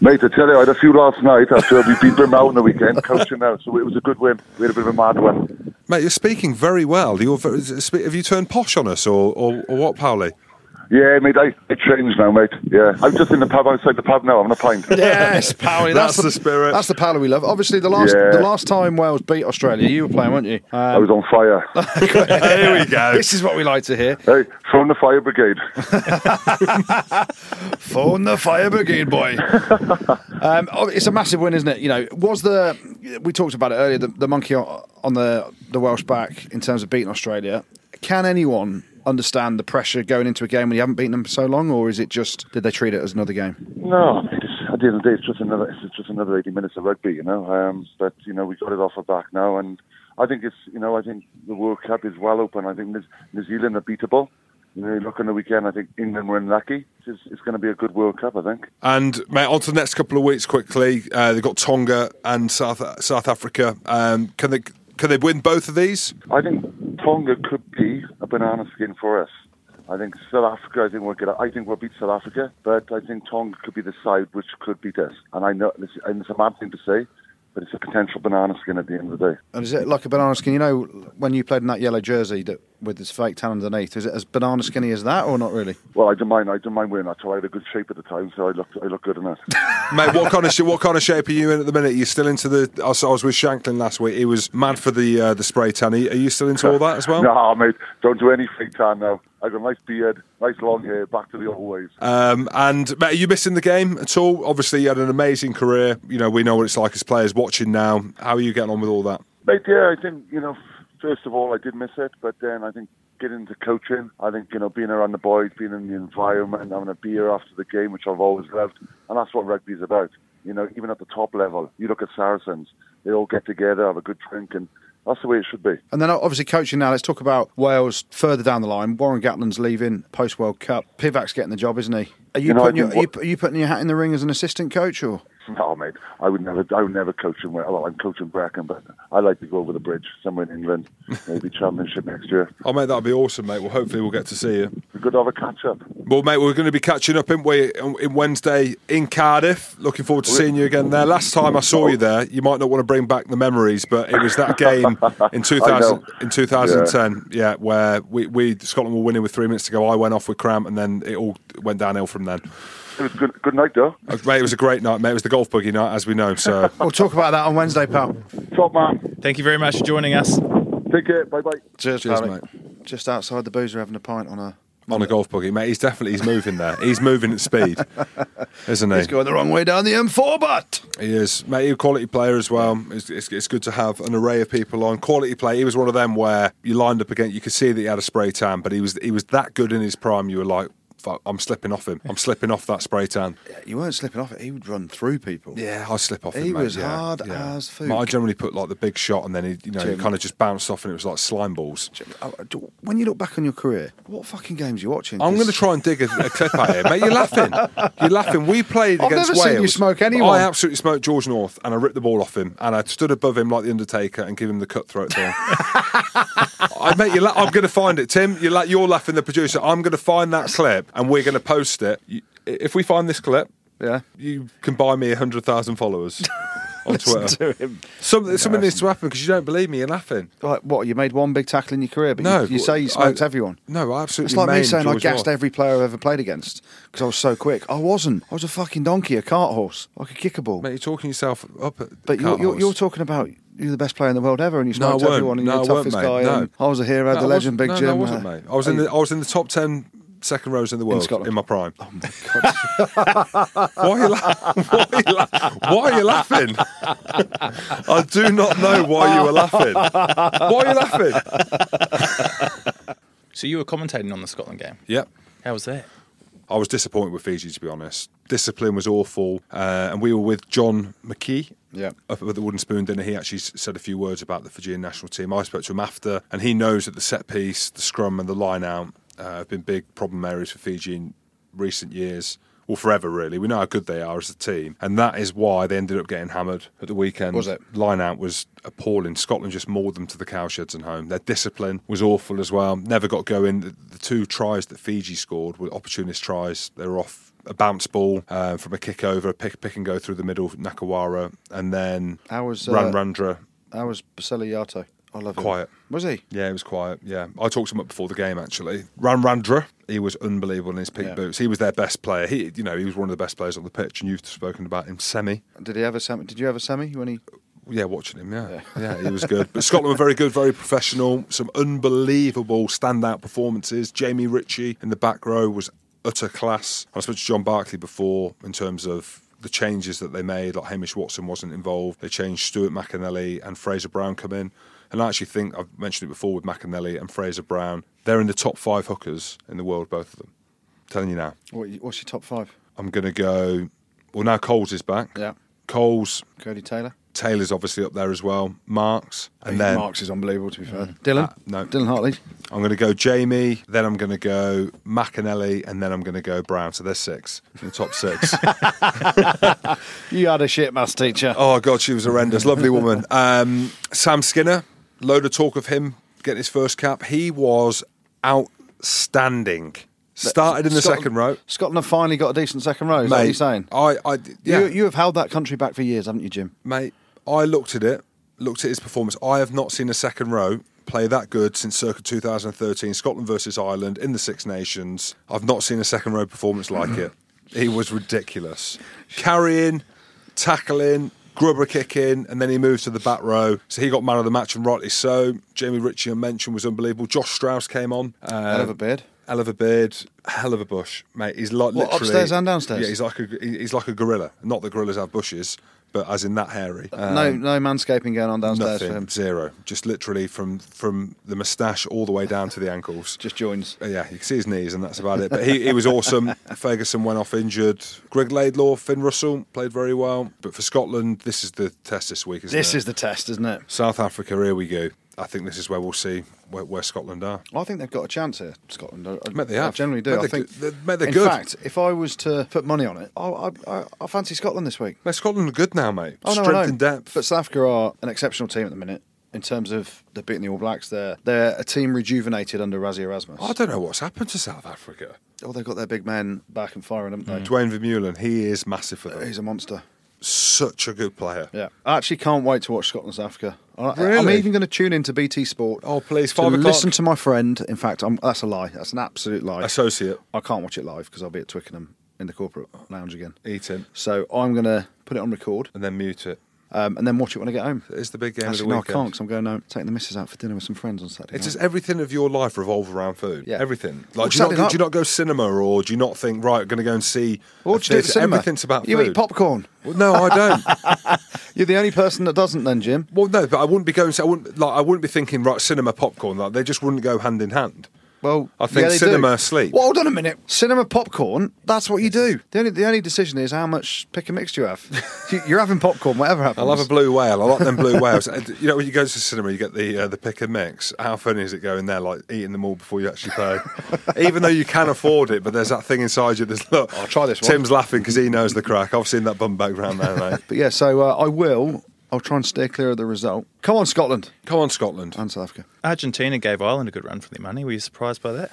B: Mate, I tell you, I had a few last night after we beat them out on the weekend, coaching out, so it was a good win. We had a bit of a mad one.
C: Mate, you're speaking very well. You're very, spe- have you turned posh on us or, or, or what, Pauli?
B: Yeah, mate, I, I changed now, mate. Yeah, I'm just in the pub outside the pub now. I'm not pint.
D: <laughs> Yes, pal.
C: That's the spirit.
D: That's the pal we love. Obviously, the last
B: Yeah.
D: the last time Wales beat Australia, you were playing, weren't you? Um,
B: I was on fire.
C: Here we go.
D: this is what we like to hear.
B: hey, phone the fire brigade.
D: Phone the fire brigade, boy. um, oh, it's a massive win, isn't it? You know, was the we talked about it earlier the, the monkey on on the the Welsh back in terms of beating Australia. Can anyone understand the pressure going into a game when you haven't beaten them for so long, or is it just did they treat it as another game?
B: No, it's, at the end of the day, it's just another. It's just another 80 minutes of rugby, you know. Um, but you know, we got it off our back now, and I think it's you know, I think the World Cup is well open. I think New, New Zealand are beatable. You know, you look on the weekend. I think England were unlucky. It's, just- it's going to be a good World Cup, I think.
C: And mate, on to the next couple of weeks quickly. Uh, they've got Tonga and South South Africa. Um, can they can they win both of these?
B: I think Tonga could be a banana skin for us. I think South Africa. I think we'll get. I think we'll beat South Africa, but I think Tonga could be the side which could beat us. And I know, listen, and it's a mad thing to say, but it's a potential banana skin at the end of the day.
D: And is it like a banana skin? You know, when you played in that yellow jersey that with its fake tan underneath, is it as banana skinny as that, or not really?
B: Well, I didn't mind. I didn't mind wearing that. So I had a good shape at the time, so I looked. I looked good in that.
C: Mate, what kind of sh- what kind of shape are you in at the minute? You're still into the? I was, I was with Shanklin last week. He was mad for the uh, the spray tan. Are you are you still into all that as well?
B: no, mate, don't do any fake tan now. I got a nice beard, nice long hair, back to the old ways.
C: Um, and mate, are you missing the game at all? Obviously, you had an amazing career. You know, we know what it's like as players watching now. How are you getting on with all that?
B: Mate, yeah, I think, you know, first of all, I did miss it, but then I think getting into coaching, I think, you know, being around the boys, being in the environment, having a beer after the game, which I've always loved, and that's what rugby's about. You know, even at the top level, you look at Saracens, they all get together, have a good drink, and that's the way it should be.
D: And then obviously coaching now. Let's talk about Wales further down the line. Warren Gatlin's leaving post World Cup. Pivak's getting the job, isn't he? Are you,
B: You know, I
D: putting your,
B: think
D: are you,
B: what-
D: are you putting your hat in the ring as an assistant coach, or
B: <laughs> No, Oh, mate, I would never, I would never coach in, well, I'm coaching Bracken, but I like to go over the bridge somewhere in England, maybe championship next year.
C: Oh, mate, that'd be awesome, mate. Well, hopefully, we'll get to see you.
B: We could have a catch up.
C: Well, mate, we're going to be catching up, aren't we, in Wednesday in Cardiff. Looking forward to seeing you again there. Last time I saw you there, you might not want to bring back the memories, but it was that game in 2000,
B: know.
C: in 2010, yeah, where we, we Scotland were winning with three minutes to go. I went off with cramp, and then it all went downhill from then.
B: It was good, good night, though.
C: Uh, Mate, it was a great night, mate. It was the golf buggy night, as we know. So,
D: we'll talk about that on Wednesday, pal.
B: Top man.
A: Thank you very much for joining us.
B: Take care. Bye bye.
D: Cheers,
C: Cheers,
D: pal. Just outside the boozer having a pint on a.
C: on a golf buggy, mate, he's definitely he's moving there. He's moving at
D: <laughs>
C: speed, isn't he?
D: He's going the wrong way down the M4, but
C: He is, mate. He's a quality player as well. It's, it's, it's good to have an array of people on quality play. He was one of them where you lined up against. You could see that he had a spray tan, but he was he was that good in his prime. You were like, "Fuck, I'm slipping off him. I'm slipping off that spray tan."
D: you weren't slipping off it. He would run through people.
C: Yeah, I slip off.
D: He
C: him, mate,
D: was
C: yeah,
D: hard
C: yeah.
D: as food.
C: Mate, I generally put like the big shot, and then he, you know, he
D: Jim.
C: kind of just bounced off, and it was like slime balls.
D: Oh, do- When you look back on your career, what fucking games are you watching?
C: I'm
D: 'Cause
C: going to try and dig a, a clip out here, mate. You're laughing. You're laughing. We played
D: I've
C: against
D: never seen you
C: Wales.
D: smoke anyone.
C: I absolutely smoked George North, and I ripped the ball off him, and I stood above him like the Undertaker and give him the cutthroat
D: <laughs>
C: thing. I mate, you're la- I'm going to find it, Tim. You're, la- you're laughing, the producer. I'm going to find that clip, and we're going to post it. You- if we find this clip,
D: Yeah.
C: you can buy me hundred thousand
D: <laughs>
C: followers <laughs> on Twitter.
D: to him.
C: Some, something needs to happen because you don't believe me. You're laughing.
D: Like, what? You made one big tackle in your career, but
C: No,
D: you, you say you smoked
C: I-
D: everyone.
C: No, I absolutely.
D: It's like me
C: maimed
D: saying I
C: George
D: gassed
C: North.
D: every player I've ever played against because I was so quick. I wasn't. I was a fucking donkey, a cart horse. I could kick a ball.
C: Mate, you're talking yourself up. At
D: but you're,
C: cart
D: you're, you're
C: horse.
D: talking about you're the best player in the world ever and you
C: No, I
D: smoked
C: weren't.
D: everyone and
C: No,
D: you're the
C: I weren't,
D: toughest
C: mate.
D: guy.
C: No.
D: and I was a
C: No,
D: hero, the
C: I wasn't-
D: legend, Big
C: no,
D: Jim.
C: No, I wasn't,
D: uh,
C: mate. I was in the I was in the top ten second rows in the world in,
D: Scotland.
C: my prime. Oh my god! <laughs> why, are you la- why, are you la- why are you laughing? I do not know why you were laughing. Why are you laughing?
A: So you were commentating on the Scotland game.
C: Yep.
A: How was that?
C: I was disappointed with Fiji, to be honest. Discipline was awful, uh, and we were with John McKee.
D: Yeah.
C: Up at the Wooden Spoon dinner, he actually s- said a few words about the Fijian national team. I spoke to him after, and he knows that the set piece, the scrum, and the line out uh, have been big problem areas for Fiji in recent years. Well, forever, really. We know how good they are as a team, and that is why they ended up getting hammered at the weekend.
D: Was it?
C: Line out was appalling. Scotland just mauled them to the cowsheds and home. Their discipline was awful as well. Never got going. The, the two tries that Fiji scored were opportunist tries. They were off a bounce ball uh, from a kick over, a pick, pick and go through the middle, Nakawara, and then
D: How was, uh,
C: Ran Randra.
D: How was Baselli Yato? I love him.
C: Quiet.
D: Was he?
C: Yeah, it was quiet. Yeah, I talked to him up before the game actually. Ran Randra, he was unbelievable in his peak
D: Yeah.
C: boots. He was their best player. He, you know, he was one of the best players on the pitch. And you've spoken about him, Semi.
D: Did he ever semi? Did you ever semi when he?
C: Yeah, watching him. Yeah, yeah, he was good. But Scotland were very good, very professional. Some unbelievable standout performances. Jamie Ritchie in the back row was utter class. I spoke to John Barkley before in terms of the changes that they made. Like Hamish Watson wasn't involved. They changed Stuart McAnally and Fraser Brown come in. And I actually think I've mentioned it before with McAnally and Fraser Brown. They're in the top five hookers in the world, both of them. telling you now.
D: What, what's your top five?
C: I'm going to go. Well, now Coles is back.
D: Yeah.
C: Coles,
D: Cody Taylor.
C: Taylor's obviously up there as well. Marks, and then
D: Marks is unbelievable. To be fair, Mm. Dylan.
C: no.
D: Dylan Hartley.
C: I'm going to go Jamie. Then I'm going to go McAnally, and then I'm going to go Brown. So there's six in the top
D: <laughs>
C: six.
D: You had a shit maths teacher.
C: oh God, she was horrendous. Lovely woman. Um, Sam Skinner. Load of talk of him getting his first cap. He was outstanding. Started in the
D: Scotland-
C: second row.
D: Scotland have finally got a decent second row. Is that what you're saying?
C: I, I, yeah,
D: You, you have held that country back for years, haven't you, Jim?
C: mate. I looked at it, looked at his performance. I have not seen a second row play that good since circa 2013, Scotland versus Ireland in the Six Nations. I've not seen a second row performance like it. He was ridiculous. Carrying, tackling, grubber kicking, and then he moves to the back row. So he got man of the match, and rightly so. Jamie Ritchie, I mentioned, was unbelievable. Josh Strauss came on. Uh,
D: Hell of a beard.
C: Hell of a beard, hell of a bush, mate. He's like
D: What,
C: literally
D: upstairs and downstairs?
C: Yeah, he's like a he- he's like a gorilla. Not that gorillas have bushes, but as in that hairy. Uh,
D: no, no manscaping going on downstairs
C: nothing,
D: for him.
C: zero. Just literally from from the moustache all the way down to the ankles.
D: Just joins.
C: Uh, Yeah, you can see his knees, and that's about it. But he, he was
D: <laughs>
C: awesome. Ferguson went off injured. Greg Laidlaw, Finn Russell played very well. But for Scotland, this is the test this week, isn't
D: This
C: it?
D: is the test, isn't it?
C: South Africa, here we go. I think this is where we'll see where, where Scotland are.
D: I think they've got a chance here, Scotland. I, I-
C: Mate, they
D: I
C: have.
D: generally do.
C: Mate,
D: I
C: they're
D: think.
C: good. They're- mate, they're
D: in
C: good.
D: fact, if I was to put money on it, I, I, I, I fancy Scotland this week.
C: Mate, Scotland are good now, mate.
D: Oh, no, I
C: Strength
D: know.
C: and depth.
D: But South Africa are an exceptional team at the minute in terms of they're beating the All Blacks. They're they're a team rejuvenated under Razzie Erasmus.
C: I don't know what's happened to South Africa.
D: Oh, they've got their big men back and firing, haven't they?
C: Dwayne Vermeulen, he is massive for them.
D: He's a monster.
C: Such a good player.
D: Yeah, I actually can't wait to watch Scotland South Africa. I, I'm
C: Really?
D: even going to tune in to BT Sport.
C: Oh, please,
D: to
C: five o'clock.
D: listen to my friend. In fact, I'm, that's a lie. That's an absolute lie.
C: Associate,
D: I can't watch it live because I'll be at Twickenham in the corporate lounge again.
C: eat him,
D: So I'm going to put it on record
C: and then mute it.
D: um, and then watch it when I get home.
C: It's the big game
D: Actually,
C: of the
D: no, I
C: weekend.
D: can't because I'm going out taking the missus out for dinner with some friends on Saturday.
C: It's
D: night.
C: just everything of your life revolves around food.
D: Yeah.
C: Everything. Like,
D: Well,
C: do, you not,
D: Saturday night-
C: do you not go cinema or do you not think, right, going to go and see.
D: Well,
C: a
D: what do you do at the
C: theatre?
D: cinema?
C: Everything's about
D: you
C: food.
D: eat popcorn.
C: Well, no, I
D: <laughs>
C: don't.
D: You're the only person that doesn't, then, Jim.
C: well, no, but I wouldn't be going. I wouldn't like. I wouldn't be thinking, right, cinema popcorn. Like, they just wouldn't go hand in hand.
D: Well,
C: I think
D: yeah, they do.
C: cinema sleep.
D: Well, hold on a minute. Cinema popcorn. That's what you do. The only the only decision is how much pick and mix do you
C: <laughs>
D: have. You- You're having popcorn, whatever happens.
C: I'll have a blue whale. I like them
D: <laughs>
C: blue whales. Uh, You know, when you go to the cinema, you get the uh, the pick and mix. How funny is it going there, like eating them all before you actually
D: <laughs>
C: pay? Even though you can afford it, but there's that thing inside you that's look.
D: I'll try this one.
C: Tim's laughing because he knows the crack. I've seen that bum bag round there,
D: <laughs>
C: mate.
D: But yeah, so uh, I will. I'll try and stay clear of the result. Come on, Scotland
C: Come on, Scotland.
D: and South Africa.
A: Argentina gave Ireland a good run for their money. Were you surprised by that?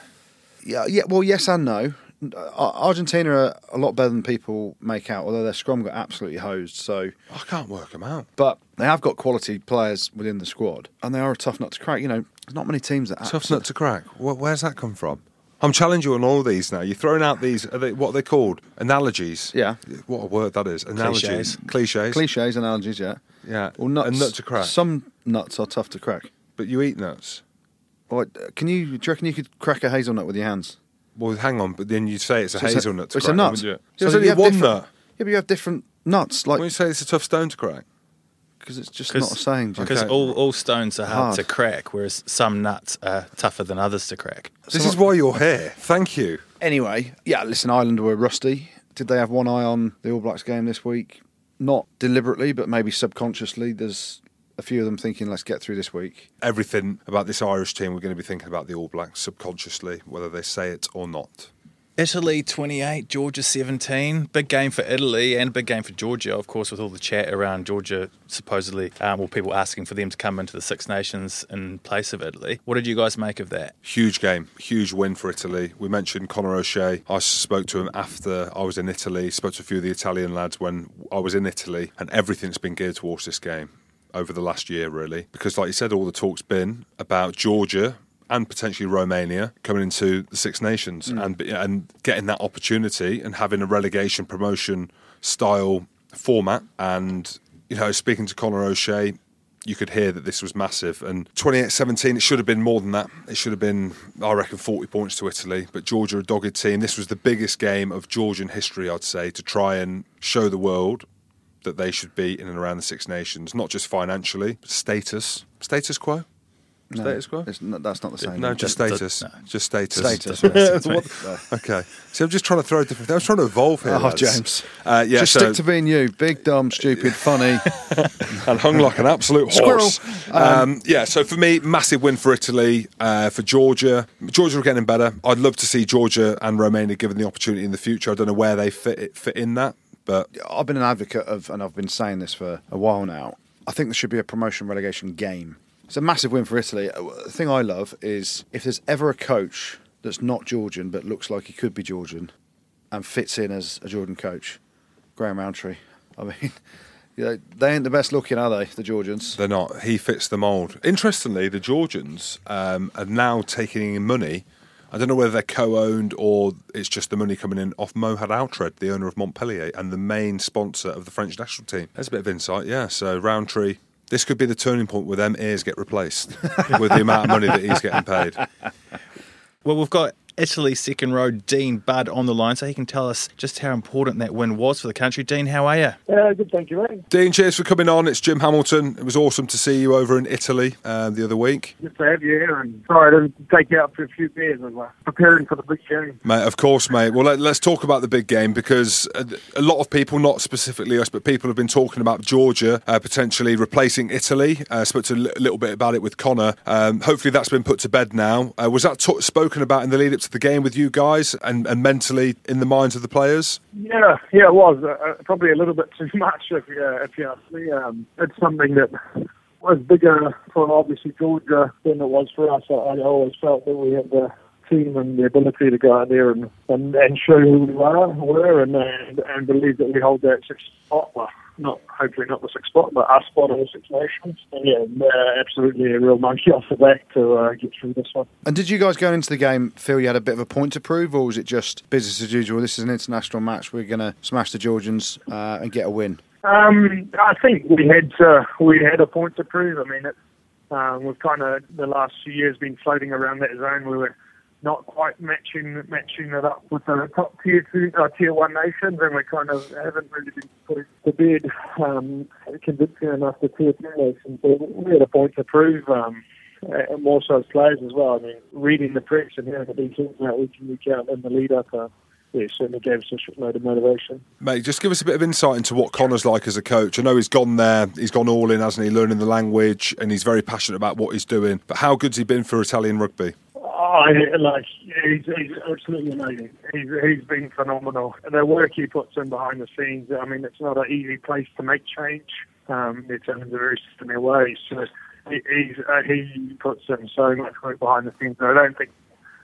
D: Yeah, yeah. Well, yes and no. Ar- Argentina are a lot better than people make out, although their scrum got absolutely hosed. So
C: I can't work them out.
D: But they have got quality players within the squad, and they are a tough nut to crack. You know, there's not many teams that
C: Tough nut to crack. Wh- Where's that come from? I'm challenging you on all these now. You're throwing out these, are they, what are they called? Analogies.
D: Yeah.
C: What a word that is. Analogies. Cliches.
D: cliches and analogies, yeah,
C: Yeah.
D: or nuts.
C: A nut to crack.
D: Some nuts are tough to crack.
C: But you eat nuts.
D: Or uh, can you? Do you reckon you could crack a hazelnut with your hands?
C: Well, hang on, but then you say it's a
D: So it's
C: hazelnut to
D: it's
C: crack.
D: a nut.
C: wouldn't you?
D: So
C: There's
D: you
C: only
D: have
C: one
D: different-
C: nut.
D: Yeah, but you have different nuts,
C: When you
D: like
C: say it's a tough stone to crack,
D: because it's just not
A: Because
D: a saying. Jim.
C: Okay.
A: all, all stones are hard,
D: Hard.
A: to crack, whereas some nuts are tougher than others to crack.
C: this is why you're here. Thank you.
D: Anyway, yeah. Listen, Ireland were rusty. Did they have one eye on the All Blacks game this week? Not deliberately, but maybe subconsciously. There's a few of them thinking, "Let's get through this week."
C: Everything about this Irish team, we're going to be thinking about the All Blacks subconsciously, whether they say it or not.
A: Italy 28, Georgia 17. Big game for Italy and big game for Georgia, of course, with all the chat around Georgia supposedly, um, or people asking for them to come into the Six Nations in place of Italy. What did you guys make of that?
C: Huge game, huge win for Italy. We mentioned Conor O'Shea. I spoke to him after I was in Italy, spoke to a few of the Italian lads when I was in Italy, and everything's been geared towards this game over the last year, really. Because, like you said, all the talk's been about Georgia and potentially Romania coming into the Six Nations and, and getting that opportunity and having a relegation promotion style format. And, you know, speaking to Conor O'Shea, you could hear that this was massive. And 28 17, it should have been more than that. It should have been, I reckon, 40 points to Italy. But Georgia, a dogged team. This was the biggest game of Georgian history, I'd say, to try and show the world that they should be in and around the Six Nations, not just financially, but status. Status quo? status quo?
D: It's not, that's not the same.
C: No, just
A: Just-
C: status.
A: no.
C: Just status.
D: Status.
C: What- <laughs> okay. See, I'm just trying to throw different. I was trying to evolve here.
D: Oh,
C: lads.
D: James.
C: Uh, yeah,
D: Just
C: so,
D: stick to being you. Big, dumb, stupid, funny. <laughs>
C: and hung like an absolute horse.
D: Squirrel.
C: Um, yeah, so for me, massive win for Italy, uh, for Georgia. Georgia are getting better. I'd love to see Georgia and Romania given the opportunity in the future. I don't know where they fit fit in that, but
D: I've been an advocate of, and I've been saying this for a while now, I think there should be a promotion relegation game. It's a massive win for Italy. Uh, The thing I love is if there's ever a coach that's not Georgian but looks like he could be Georgian and fits in as a Georgian coach, Graham Roundtree. I mean, <laughs> You know, they ain't the best looking, are they? The Georgians.
C: They're not. He fits the mould. Interestingly, the Georgians um, are now taking in money. I don't know whether they're co-owned or it's just the money coming in off Mohad Outred, the owner of Montpellier and the main sponsor of the French national team. That's a bit of insight, yeah. So Roundtree, this could be the turning point where them ears get replaced with the amount of money that he's getting paid.
A: Well, we've got Italy's second row, Dean Budd, on the line, so he can tell us just how important that win was for the country. Dean, how are you?
E: Uh, good, thank you, mate.
C: Dean, cheers for coming on. It's Jim Hamilton. It was awesome to see you over in Italy uh, the other week.
E: Good to have you here, and sorry I didn't take you out for a few beers. I was uh, preparing for the big game.
C: Mate, of course, mate. Well, let, us talk about the big game because a, a lot of people, not specifically us, but people have been talking about Georgia uh, potentially replacing Italy. Uh, spoke to a li- little bit about it with Connor. Um, hopefully, that's been put to bed now. Uh, was that t- spoken about in the lead up to the game with you guys and, and mentally in the minds of the players?
E: Yeah, yeah, it was uh, uh, probably a little bit too <laughs> much if you uh, if you ask me. Um, it's something that was bigger for obviously Georgia than it was for us. I, I always felt that we had the team and the ability to go out there and and, and show who we are, were, and, uh, and and believe that we hold that sixth spot. Well, not hopefully not the sixth spot, but our spot in the Six Nations. And yeah, uh, absolutely a real monkey <laughs> off the back to uh, get through this one.
D: And did you guys going into the game feel you had a bit of a point to prove, or was it just business as usual? This is an international match. We're going to smash the Georgians uh, and get a win.
E: Um, I think we had to, we had a point to prove. I mean, it, um, we've kind of the last few years been floating around that zone. We were not quite matching matching it up with the top tier two, uh, tier one nations, and we kind of haven't really been put to bed um, convincing enough the tier two nations. So we had a point to prove. Um, and more so as players as well. I mean, reading the press and hearing the big things that we can week out in the lead up, uh, yeah, certainly gave us a shitload of motivation.
C: Mate, just give us a bit of insight into what Connor's like as a coach. I know he's gone there, he's gone all in, hasn't he? Learning the language, and he's very passionate about what he's doing. But how good's he been for Italian rugby?
E: Oh, yeah, like he's, he's absolutely amazing. He's he's been phenomenal. And the work he puts in behind the scenes. I mean, it's not an easy place to make change. Um, it's in a very systemic way. So he, he's uh, he puts in so much work behind the scenes. that I don't think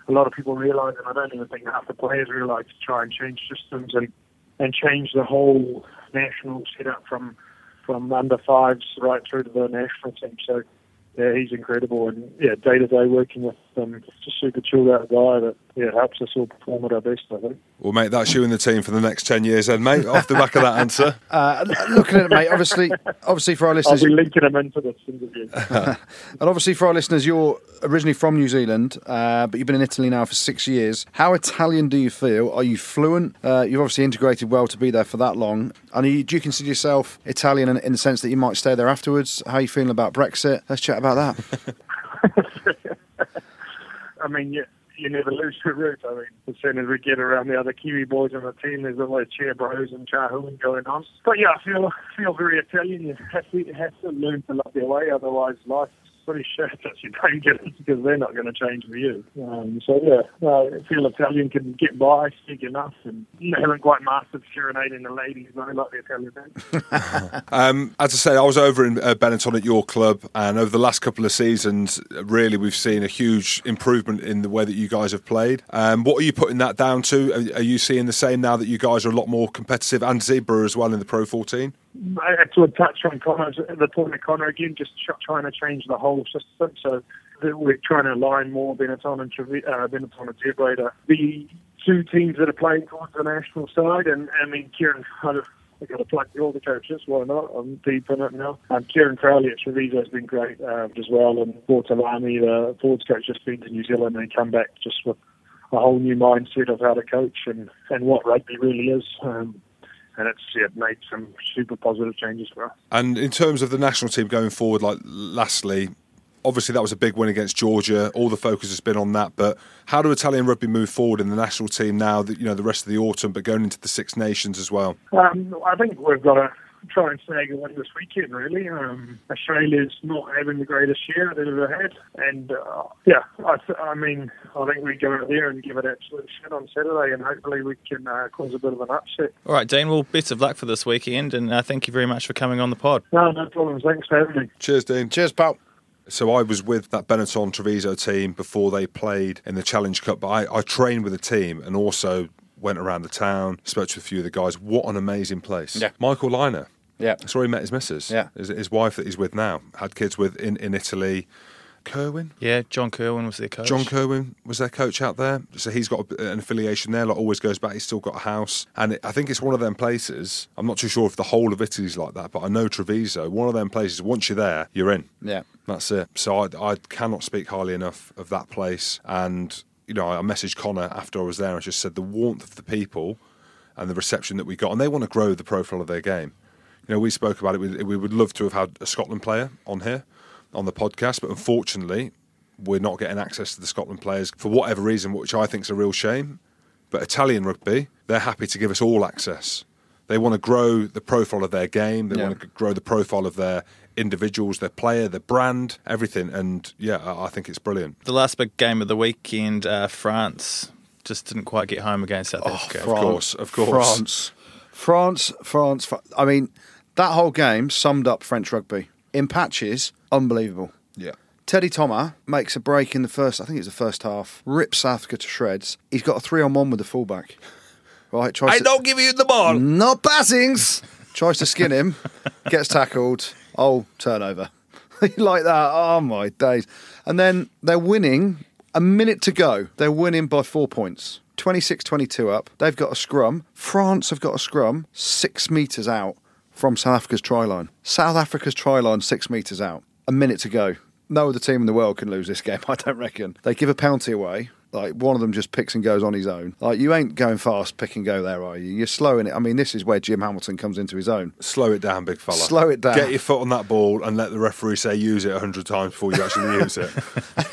E: a lot of people realise, and I don't even think half the players realise to try and change systems and and change the whole national setup from from under fives right through to the national team. So yeah, he's incredible, and yeah, day to day working with him, just a super chilled out guy that yeah helps us all perform at our best. I think.
C: Well, mate, that's you and the team for the next 10 years, then, mate, off the back of that answer.
D: Uh, l- looking at it, mate, obviously, obviously for our
E: I'll
D: listeners,
E: be linking him into this interview.
D: and obviously for our listeners, you're originally from New Zealand, uh, but you've been in Italy now for six years. How Italian do you feel? Are you fluent? Uh, you've obviously integrated well to be there for that long. And are you, do you consider yourself Italian in, in the sense that you might stay there afterwards? How are you feeling about Brexit? Let's chat about that.
E: I mean, you, you never lose your root. I mean, as soon as we get around the other Kiwi boys on the team, there's always cheer bros and chahooing going on. But yeah, I feel feel very Italian. You have to, you have to learn to love their way, otherwise life pretty shit that you don't get it because they're not going to change for you. Um, so yeah, no, I feel Italian can get by, speak enough, and they haven't quite mastered serenading the ladies, though, like the Italian do.
C: Um, as I say, I was over in uh, Benetton at your club, and over the last couple of seasons, really, we've seen a huge improvement in the way that you guys have played. Um, what are you putting that down to? Are, are you seeing the same now that you guys are a lot more competitive and zebra as well in the Pro 14?
E: I had to touch on Connor, the point of Connor again, just tr- trying to change the whole system. So that we're trying to align more Benetton and Trevi- uh, Benetton and Zebre to the two teams that are playing towards the national side. And I mean, Kieran, I've got to plug all the coaches, why not? I'm deep in it now. Um, Kieran Crowley at Treviso has been great um, as well. And Bortolani, the forwards coach, just been to New Zealand and he come back just with a whole new mindset of how to coach and, and what rugby really is. Um, and it's yeah, made some super positive changes for us.
C: And in terms of the national team going forward, like lastly, obviously that was a big win against Georgia. All the focus has been on that. But how do Italian rugby move forward in the national team now? That you know the rest of the autumn, but going into the Six Nations as well.
E: Um, I think we've got to try and snag a win this weekend, really. Um, Australia's not having the greatest year they've ever had. And, uh, yeah, I, th- I mean, I think we go out there and give it absolute shit on Saturday, and hopefully we can uh, cause a bit of an upset.
A: All right, Dean, well, best of luck for this weekend, and uh, thank you very much for coming on the pod.
E: No, no problems. Thanks for having me.
C: Cheers, Dean.
D: <laughs> Cheers, pal.
C: So I was with that Benetton Treviso team before they played in the Challenge Cup. But I, I trained with the team and also went around the town, spoke to a few of the guys. What an amazing place!
D: Yeah.
C: Michael Liner.
D: Yeah.
C: That's where he met his missus.
D: Yeah.
C: His, his wife that he's with now had kids with in, in Italy. Kerwin?
A: Yeah, John Kerwin was their coach.
C: John Kerwin was their coach out there. So he's got a- an affiliation there, like always goes back. He's still got a house. And it, I think it's one of them places. I'm not too sure if the whole of Italy's like that, but I know Treviso, one of them places, once you're there, you're in.
D: Yeah.
C: That's it. So I, I cannot speak highly enough of that place. And, you know, I messaged Connor after I was there and just said the warmth of the people and the reception that we got. And they want to grow the profile of their game. You know, we spoke about it. We, we would love to have had a Scotland player on here on the podcast, but unfortunately, we're not getting access to the Scotland players for whatever reason, which I think is a real shame. But Italian rugby, they're happy to give us all access. They want to grow the profile of their game. They
D: Yeah.
C: want to grow the profile of their individuals, their player, their brand, everything. And yeah, I I think it's brilliant.
A: The last big game of the weekend, uh, France just didn't quite get home against
C: Oh,
A: South Africa.
D: Oh, France,
C: course, of course.
D: France, France, France. Fr- I mean, that whole game summed up French rugby in patches. Unbelievable.
C: Yeah.
D: Teddy Thomas makes a break in the first. I think it's the first half. Rips South Africa to shreds. He's got a three-on-one with the fullback. Right, tries to,
C: give you the ball.
D: no passings. Tries to skin him, <laughs> gets tackled. Oh, turnover. <laughs> like that. Oh my days. And then they're winning a minute to go. They're winning by four points. 26-22 up. They've got a scrum. France have got a scrum six metres out from South Africa's try line. South Africa's try line six metres out. A minute to go. No other team in the world can lose this game, <laughs> I don't reckon. They give a penalty away. Like one of them just picks and goes on his own. Like you ain't going fast, pick and go there, are you? You're slowing it. I mean, this is where Jim Hamilton comes into his own.
C: Slow it down, big fella.
D: Slow it down.
C: Get your foot on that ball and let the referee say use it 100 times before you actually use
D: <laughs>
C: it.
D: I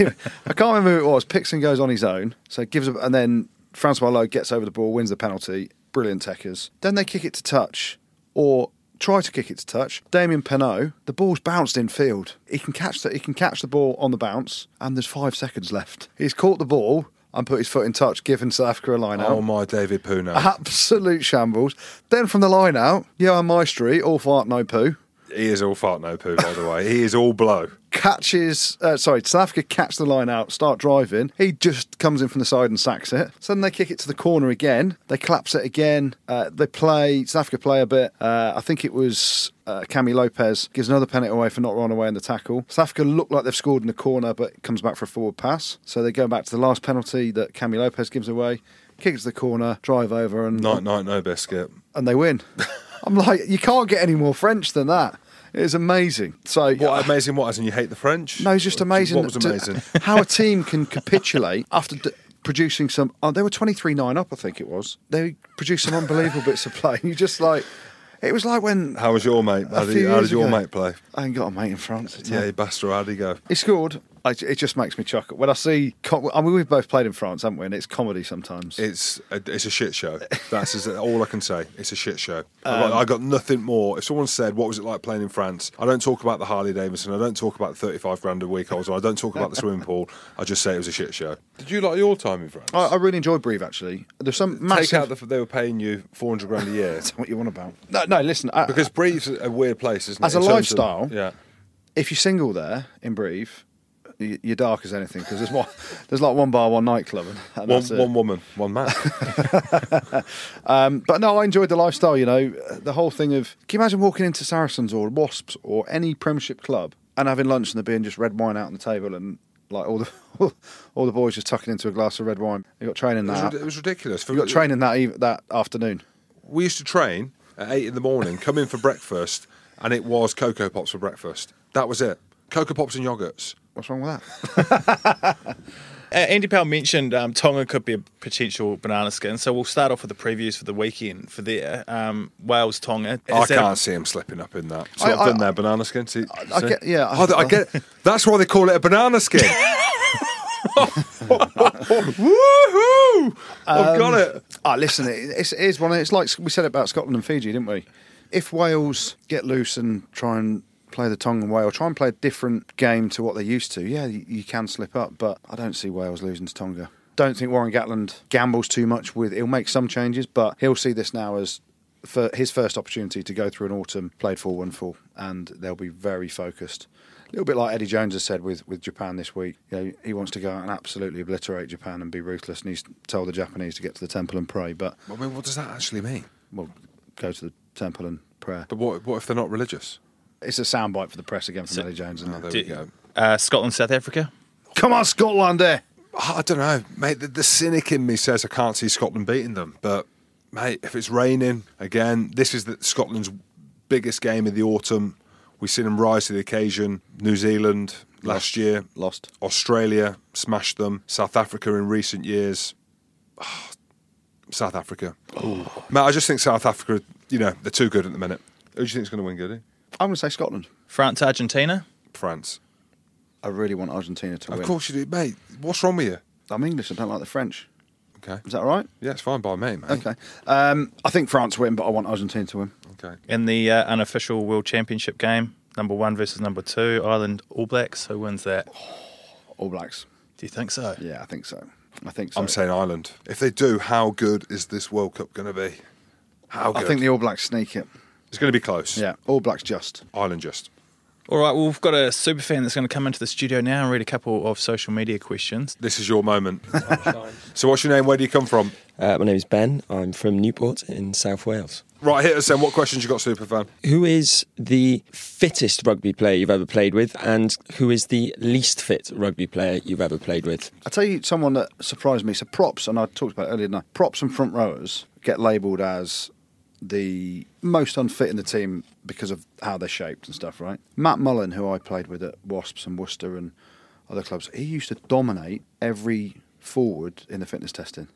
D: can't remember who it was. Picks and goes on his own. So gives up, and then Francois Lowe gets over the ball, wins the penalty. Brilliant techers. Then they kick it to touch, or try to kick it to touch. Damien Penault, the ball's bounced in field. He can catch the, He can catch the ball on the bounce, and there's five seconds left. He's caught the ball and put his foot in touch, giving South Africa a line out.
C: Oh, my David Puno.
D: Absolute shambles. Then from the line out, Johan Maestri, all fart, no poo.
C: He is all fart no poo, by the way. He is all blow.
D: catches, uh, sorry, South Africa catch the line out, start driving. He just comes in from the side and sacks it. So then they kick it to the corner again. They collapse it again. Uh, they play, South Africa play a bit. Uh, I think it was uh, Cami Lopez gives another penalty away for not running away in the tackle. South Africa look like they've scored in the corner, but it comes back for a forward pass. So they go back to the last penalty that Cami Lopez gives away. Kick it to the corner, drive over, and
C: Night, night, no biscuit.
D: and they win. I'm like, you can't get any more French than that. It's amazing. So
C: What amazing what? As in you hate the French?
D: no, it's just amazing.
C: What was
D: to-
C: amazing?
D: <laughs> how a team can capitulate after d- producing some. Oh, they were twenty three nine up, I think it was. They produced some unbelievable bits of play. <laughs> You just like, it was like when
C: How was your mate? How
D: a
C: did,
D: few
C: how
D: years
C: did your
D: ago-
C: mate play?
D: I ain't got a mate in France.
C: Yeah, you bastard, how'd he go?
D: He scored. I, it just makes me chuckle when I see. co- I mean, we've both played in France, haven't we? And it's comedy sometimes.
C: It's a, it's a shit show. That's is all I can say. It's a shit show. I, got, I got nothing more. If someone said, "What was it like playing in France?" I don't talk about the Harley Davidson. I don't talk about the thirty-five grand a week I was on. I don't talk about the swimming pool. I just say it was a shit show. Did you like your time in France?
D: I, I really enjoyed Breve actually. There's some
C: Take
D: massive.
C: out the f- they were paying you four hundred grand a year
D: <laughs> what you want about? No, no. Listen, I-
C: because Breve's a weird place, isn't it?
D: As a
C: in terms of-
D: lifestyle,
C: yeah.
D: if you're single there in Breve, y- you're dark as anything because there's one, <laughs> there's like one bar, one nightclub, and,
C: One,
D: and that's it.
C: one woman, one
D: <laughs>
C: man.
D: Um, but no, I enjoyed the lifestyle. You know, the whole thing of can you imagine walking into Saracens or Wasps or any Premiership club and having lunch and there being just red wine out on the table and like all the <laughs> all the boys just tucking into a glass of red wine. You got training
C: It was,
D: that.
C: rid- it was ridiculous.
D: You got training that eve- that afternoon.
C: we used to train at eight in the morning, come in for breakfast, and it was cocoa pops for breakfast. That was it. Cocoa pops and yogurts.
D: What's wrong with that?
A: Uh, Andy Powell mentioned um, Tonga could be a potential banana skin, so we'll start off with the previews for the weekend for there. Um, Wales Tonga. Is
C: I
A: that a-
C: can't see him slipping up in that. So
D: I-
C: I, have done
D: I-
C: their banana skin. See,
D: I
C: see?
D: get- yeah, I-
C: Oh, th- I, get. it. That's why they call it a banana skin. <laughs> Woohoo! I've got it.
D: Ah, listen, it, it's, it is one. Of, it's like we said about Scotland and Fiji, didn't we? If Wales get loose and try and play the Tongan way, or try and play a different game to what they're used to, yeah, you, you can slip up. But I don't see Wales losing to Tonga. Don't think Warren Gatland gambles too much with. He'll make some changes, but he'll see this now as for his first opportunity to go through an autumn played 4-1-4 and they'll be very focused a little bit like Eddie Jones has said with, with Japan this week you know, he wants to go out and absolutely obliterate Japan and be ruthless and he's told the Japanese to get to the temple and pray but
C: I mean, what does that actually mean?
D: well go to the temple and prayer.
C: But what, what if they're not religious?
D: It's a soundbite for the press again from Nelly Jones. Isn't
C: Oh,
D: it?
C: there we go.
A: Uh, Scotland, South Africa.
D: Come on, Scotland! There.
C: Oh, I don't know, mate. The, the cynic in me says I can't see Scotland beating them, but mate, if it's raining again, this is the, Scotland's biggest game of the autumn. We've seen them rise to the occasion. New Zealand last year
D: Lost.
C: Australia smashed them. South Africa in recent years. <sighs> Ah, South Africa. Mate, I just think South Africa. You know, they're too good at the minute. Who do you think's going to win, Goody?
D: I'm going to say Scotland.
A: France, Argentina.
C: France.
D: I really want Argentina to
C: Of
D: win.
C: course you do, mate. What's wrong with you?
D: I'm English. I don't like the French.
C: Okay.
D: Is that all right?
C: Yeah, it's fine by me, mate.
D: Okay. Um, I think France win, but I want Argentina to win.
C: Okay.
A: in the uh, unofficial World Championship game, number one versus number two, Ireland All Blacks. Who wins that?
D: All Blacks.
A: Do you think so?
D: Yeah, I think so. I think so.
C: I'm saying Ireland. If they do, how good is this World Cup going to be? How good?
D: I think the All Blacks sneak it.
C: it's going to be close.
D: Yeah, All Blacks just.
C: Ireland just.
A: All right, well, we've got a super fan that's going to come into the studio now and read a couple of social media questions.
C: This is your moment. so, what's your name? Where do you come from?
F: Uh, my name is Ben. I'm from Newport in South Wales.
C: Right, hit us then. What questions you got, Superfan?
F: Who is the fittest rugby player you've ever played with, and who is the least fit rugby player you've ever played with?
D: I tell you, someone that surprised me. So props, and I talked about it earlier. Tonight, props and front rowers get labelled as the most unfit in the team because of how they're shaped and stuff, right? Matt Mullen, who I played with at Wasps and Worcester and other clubs, he used to dominate every forward in the fitness testing.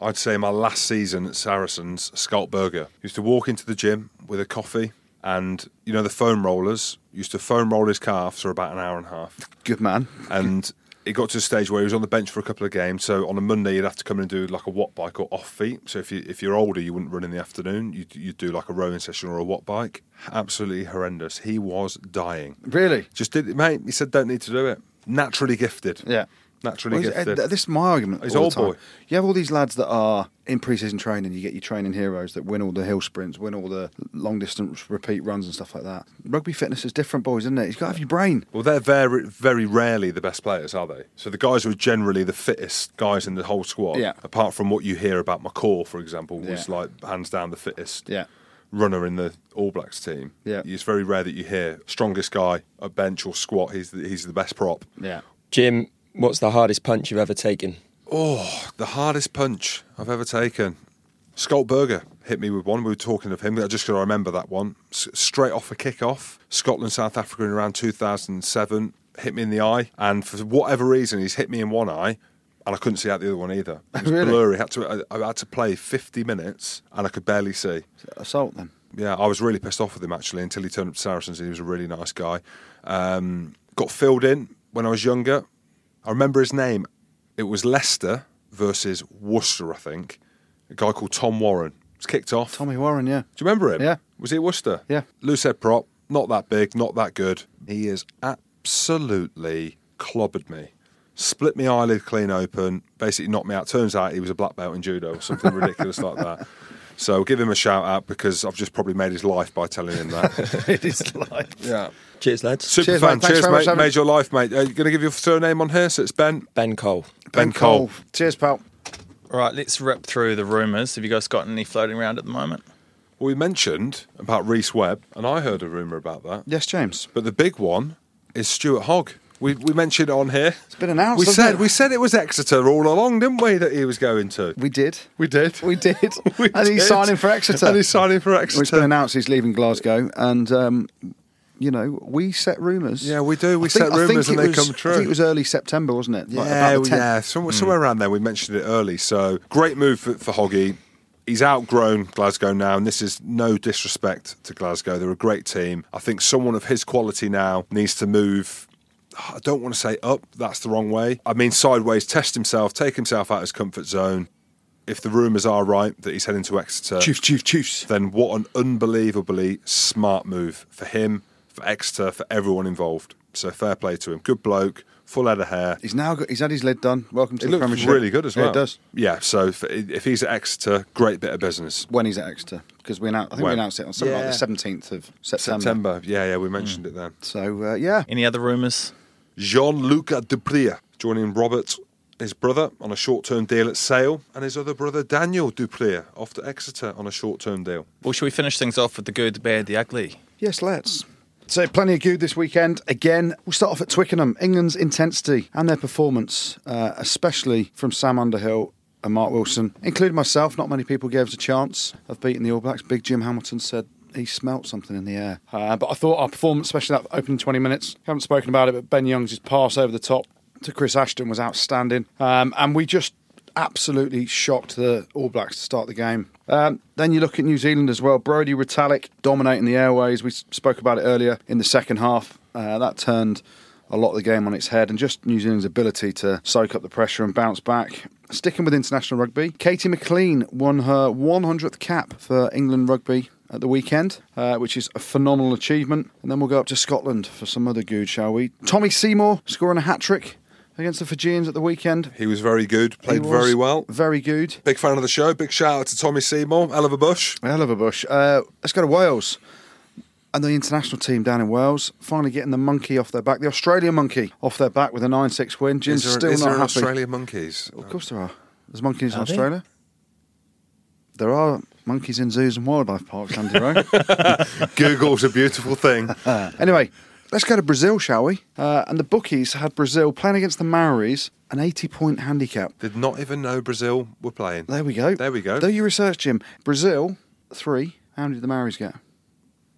C: I'd say my last season at Saracens, Scott Berger used to walk into the gym with a coffee and, you know, the foam rollers. Used to foam roll his calves for about an hour and a half.
D: Good man. <laughs>
C: and it got to a stage where he was on the bench for a couple of games. So on a Monday, you'd have to come in and do like a watt bike or off feet. So if you if you're older, you wouldn't run in the afternoon. You'd, you'd do like a rowing session or a watt bike. Absolutely horrendous. He was dying.
D: Really?
C: Just did it, mate. He said, "Don't need to do it." Naturally gifted.
D: Yeah.
C: Naturally
D: Well, uh,
C: gifted.
D: th- this is my argument.
C: He's
D: all
C: old
D: the time.
C: boy.
D: You have all these lads that are in pre-season training. You get your training heroes that win all the hill sprints, win all the long distance repeat runs and stuff like that. Rugby fitness is different, boys, isn't it? You've got to have your brain.
C: Well, they're very, very rarely the best players, are they? So the guys who are generally the fittest guys in the whole squad,
D: Yeah.
C: apart from what you hear about McCaw, for example, was
D: Yeah.
C: like hands down the fittest
D: Yeah.
C: runner in the All Blacks team.
D: Yeah.
C: It's very rare that you hear strongest guy at bench or squat. He's the, he's the best prop.
D: Yeah.
F: Jim, what's the hardest punch you've ever taken?
C: Oh, the hardest punch I've ever taken. Scott Berger hit me with one. We were talking of him. I just got to remember that one. S- straight off a kick-off, Scotland, South Africa in around 2007, hit me in the eye. And for whatever reason, he's hit me in one eye. And I couldn't see out the other one either. It was
D: <laughs> Really?
C: blurry. Had to, I, I had to play 50 minutes and I could barely see.
D: Assault then.
C: Yeah, I was really pissed off with him actually until he turned up to Saracens and he was a really nice guy. Um, got filled in when I was younger. I remember his name. It was Leicester versus Worcester, I think. A guy called Tom Warren. It was kicked off.
D: Tommy Warren, yeah.
C: Do you remember him?
D: Yeah.
C: Was he at Worcester?
D: Yeah.
C: Loose head prop, not that big, not that good. He is absolutely clobbered me. Split my eyelid clean open, basically knocked me out. Turns out he was a black belt in judo or something ridiculous like that. So give him a shout out because I've just probably made his life by telling him
D: <laughs>
C: that.
D: it is like
C: yeah.
F: Cheers, lads.
C: Super
D: Cheers,
C: fan.
D: mate. Thanks
C: Cheers,
D: very much,
C: mate.
D: Adam.
C: Made your life, mate. Are you going to give your surname on here? So it's Ben.
F: Ben Cole.
C: Ben Cole.
D: Cheers, pal.
A: All right, let's rip through the rumours. Have you guys got any floating around at the moment?
C: Well, we mentioned about Reese Webb, and I heard a rumour about that.
D: Yes, James.
C: But the big one is Stuart Hogg. We, we mentioned it on here. It's
D: been announced,
C: We
D: hasn't
C: said
D: it?
C: we said it was Exeter all along, didn't we? That he was going to.
D: We did.
C: We did.
D: We did.
C: <laughs> We
D: and he's
C: did.
D: signing for Exeter.
C: And he's signing for
D: Well, It's been
C: Exeter.
D: announced he's leaving Glasgow, and um, you know we set rumours.
C: Yeah, we do. We
D: I think-
C: set
D: I think
C: rumours and
D: it
C: they
D: was-
C: come true.
D: I think it was early September, wasn't it?
C: yeah,
D: Like about the Hmm. 10th.
C: yeah. Somewhere, somewhere around there, we mentioned it early. So great move for, for Hoggy. He's outgrown Glasgow now, and this is no disrespect to Glasgow. They're a great team. I think someone of his quality now needs to move. I don't want to say up, that's the wrong way. I mean, sideways, test himself, take himself out of his comfort zone. If the rumours are right that he's heading to Exeter,
D: Chiefs, Chiefs, Chiefs.
C: then what an unbelievably smart move for him, for Exeter, for everyone involved. So fair play to him. Good bloke, full head of hair.
D: He's now got, he's had his lid done. Welcome to
C: It
D: the
C: looks
D: Premiership.
C: really good as
D: Yeah,
C: well.
D: it does.
C: Yeah, so if, if he's at Exeter, great bit of business.
D: When he's at Exeter, because we announced, I think
C: When?
D: we announced it on something like
C: Yeah.
D: the seventeenth of September. Hmm.
C: September. Yeah, yeah, we mentioned it then.
D: So uh, yeah,
A: Any other rumours?
C: Jean-Luc Duprier joining Robert his brother on a short term deal at Sale, and his other brother Daniel Duplier off to Exeter on a short term deal.
A: Well, should we finish things off with the good, the bad, the ugly?
D: Yes, let's. So, plenty of good this weekend. Again, we'll start off at Twickenham. England's intensity and their performance, uh, especially from Sam Underhill and Mark Wilson, including myself, not many people gave us a chance of beating the All Blacks. Big Jim Hamilton said he smelt something in the air. Uh, but I thought our performance, especially that opening 20 minutes, haven't spoken about it, but Ben Young's pass over the top to Chris Ashton was outstanding. Um, and we just absolutely shocked the All Blacks to start the game. Um, then you look at New Zealand as well. Brody Retallick dominating the airways. We spoke about it earlier in the second half. Uh, that turned a lot of the game on its head and just New Zealand's ability to soak up the pressure and bounce back. Sticking with international rugby, Katie McLean won her 100th cap for England rugby at the weekend, uh, which is a phenomenal achievement. And then we'll go up to Scotland for some other good, shall we? Tommy Seymour scoring a hat trick against the Fijians at the weekend.
C: He was very good,
D: He
C: played
D: was
C: very well.
D: Very good.
C: Big fan of the show. Big shout out to Tommy Seymour, hell of a bush.
D: Hell of a bush. Uh, let's go to Wales. And the international team down in Wales finally getting the monkey off their back, the Australian monkey off their back with a 9 6 win. Jim's
C: Is there,
D: still
C: is
D: not
C: there
D: happy.
C: Australian monkeys?
D: Of course there are. There's monkeys in
A: Are there?
D: Australia. There are monkeys in zoos and wildlife parks,
C: <laughs>
D: Andy, right?
C: <laughs> Google's a beautiful <laughs> thing.
D: anyway, let's go to Brazil, shall we? Uh, and the bookies had Brazil playing against the Maoris, an 80 point handicap.
C: Did not even know Brazil were playing.
D: There we go.
C: There we go.
D: Do your research, Jim. Brazil, three. How many did the Maoris get?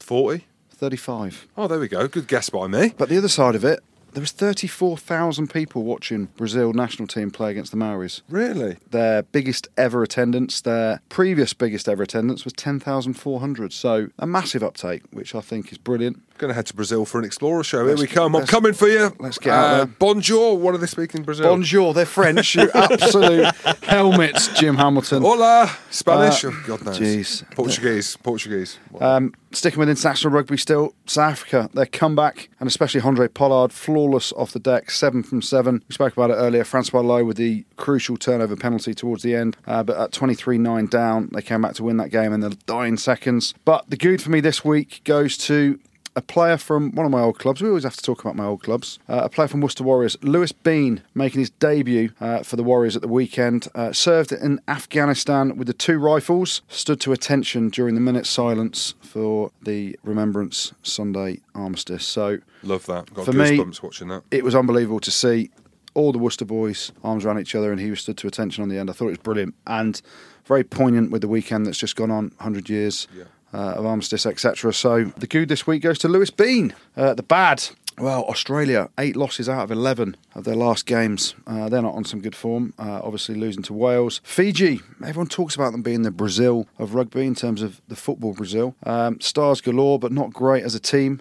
C: 40.
D: 35.
C: Oh, there we go. Good guess by me.
D: But the other side of it, there was 34,000 people watching Brazil national team play against the Maoris.
C: Really?
D: Their biggest ever attendance, their previous biggest ever attendance was 10,400. So a massive uptake, which I think is brilliant.
C: Going to head to Brazil for an explorer show.
D: Let's-
C: Here we come. I'm
D: let's-
C: coming for you. Uh,
D: let's get out there.
C: Bonjour. What are they speaking in Brazil?
D: Bonjour, they're French, you absolute helmets, Jim Hamilton.
C: Hola. Spanish. oh, God knows.
D: Uh, jeez.
C: Portuguese. Portuguese.
D: Um, sticking with international rugby still, South Africa, their comeback, and especially Andre Pollard, flawless off the deck, seven from seven. We spoke about it earlier. Francois Lowe with the crucial turnover penalty towards the end, uh, but at 23 9 down, they came back to win that game in the dying seconds. But the good for me this week goes to. A player from one of my old clubs. We always have to talk about my old clubs. Uh, a player from Worcester Warriors, Lewis Bean, making his debut uh, for the Warriors at the weekend. Uh, served in Afghanistan with the two rifles. Stood to attention during the minute silence for the Remembrance Sunday armistice. So
C: Love that. Got
D: for me-
C: goosebumps watching that.
D: it was unbelievable to see all the Worcester boys arms around each other, and he was stood to attention on the end. I thought it was brilliant and very poignant with the weekend that's just gone on, hundred years
C: Yeah.
D: uh, of armistice, etc. So the good this week goes to Lewis Bean. Uh, the bad. Well, Australia, eight losses out of 11 of their last games. Uh, they're not on some good form, uh, obviously losing to Wales. Fiji, everyone talks about them being the Brazil of rugby in terms of the football Brazil. Um, stars galore, but not great as a team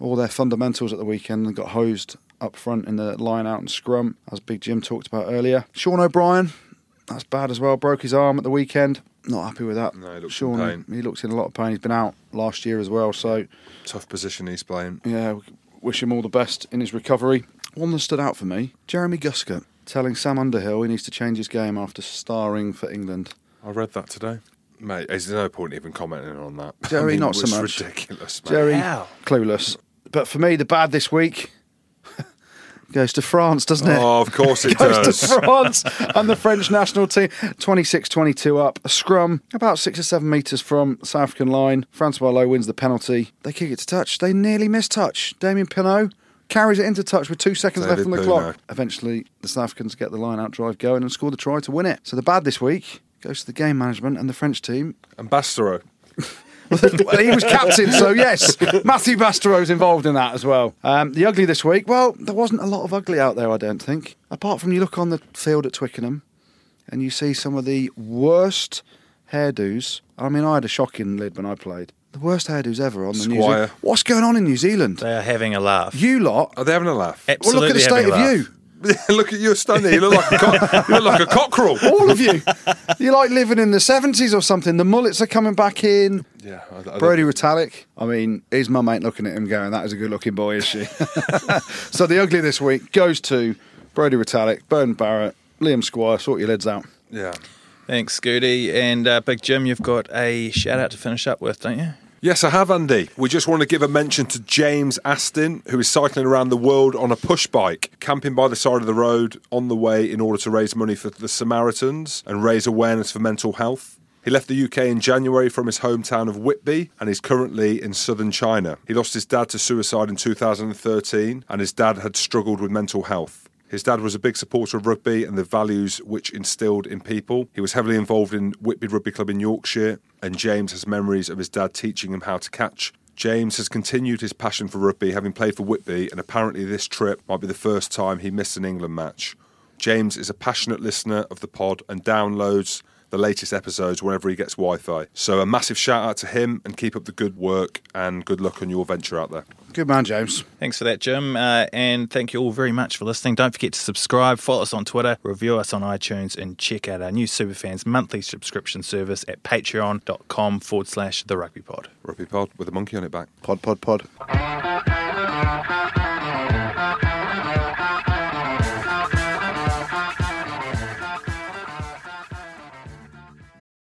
D: all their fundamentals at the weekend and got hosed up front in the line out and scrum, as Big Jim talked about earlier. Sean O'Brien, that's bad as well. Broke his arm at the weekend. Not happy with that.
C: No, he looked in
D: Sean,
C: pain.
D: he looked in a lot of pain. He's been out last year as well. So,
C: Tough position he's playing.
D: yeah, w- wish him all the best in his recovery. One that stood out for me Jeremy Guskett telling Sam Underhill he needs to change his game after starring for England.
C: I read that today. Mate, there's no point even commenting on that. I
D: Jerry,
C: mean,
D: not so
C: it's
D: much.
C: ridiculous, mate.
D: Jerry,
A: How?
D: clueless. But for me, the bad this week <laughs> goes to France, doesn't it?
C: Oh, of course it
D: <laughs> goes
C: does.
D: to France
C: <laughs>
D: and the French national team. 26 22 up. A scrum about six or seven metres from South African line. Francois Lowe wins the penalty. They kick it to touch. They nearly miss touch. Damien Pinot carries it into touch with two seconds
C: David
D: left on the
C: Pinot.
D: clock. Eventually, the South Africans get the line out drive going and score the try to win it. So the bad this week goes to the game management and the French team.
C: And Bastero.
D: <laughs> Well, he was captain, so yes, Matthew Bastereau's involved in that as well. Um, the ugly this week, well, there wasn't a lot of ugly out there, I don't think. Apart from you look on the field at Twickenham and you see some of the worst hairdos. I mean, I had a shocking lid when I played. The worst hairdos ever on the New
C: Squire.
D: Zealand. What's going on in New Zealand?
A: They are having a laugh.
D: You lot.
C: Are they having a laugh?
A: Absolutely
D: Well, look at the state
A: having
D: of
A: a laugh.
D: you.
C: <laughs> look at you standing. You look like a, cock- <laughs> you look like a cockerel.
D: All
A: <laughs>
D: of you. You're like living in the 70s or something. The mullets are coming back in.
C: Yeah, I, I
D: Brody Retallick. I mean, his mum ain't looking at him going, that is a good looking boy, is she? <laughs> so the ugly this week goes to Brody Retallick, Burn Barrett, Liam Squire, sort your lids out.
C: Yeah.
A: Thanks, Scooty. And uh, Big Jim, you've got a shout out to finish up with, don't you?
C: Yes, I have, Andy. We just want to give a mention to James Aston, who is cycling around the world on a push bike, camping by the side of the road on the way in order to raise money for the Samaritans and raise awareness for mental health. He left the UK in January from his hometown of Whitby and is currently in southern China. He lost his dad to suicide in 2013, and his dad had struggled with mental health. His dad was a big supporter of rugby and the values which instilled in people. He was heavily involved in Whitby Rugby Club in Yorkshire, and James has memories of his dad teaching him how to catch. James has continued his passion for rugby, having played for Whitby, and apparently this trip might be the first time he missed an England match. James is a passionate listener of the pod and downloads the latest episodes whenever he gets Wi Fi. So, a massive shout out to him and keep up the good work and good luck on your venture out there.
D: Good man, James.
A: Thanks for that, Jim. Uh, and thank you all very much for listening. Don't forget to subscribe, follow us on Twitter, review us on iTunes, and check out our new Superfans monthly subscription service at patreon.com forward slash the rugby pod.
C: Rugby Pod with a monkey on it back.
D: Pod, pod, pod.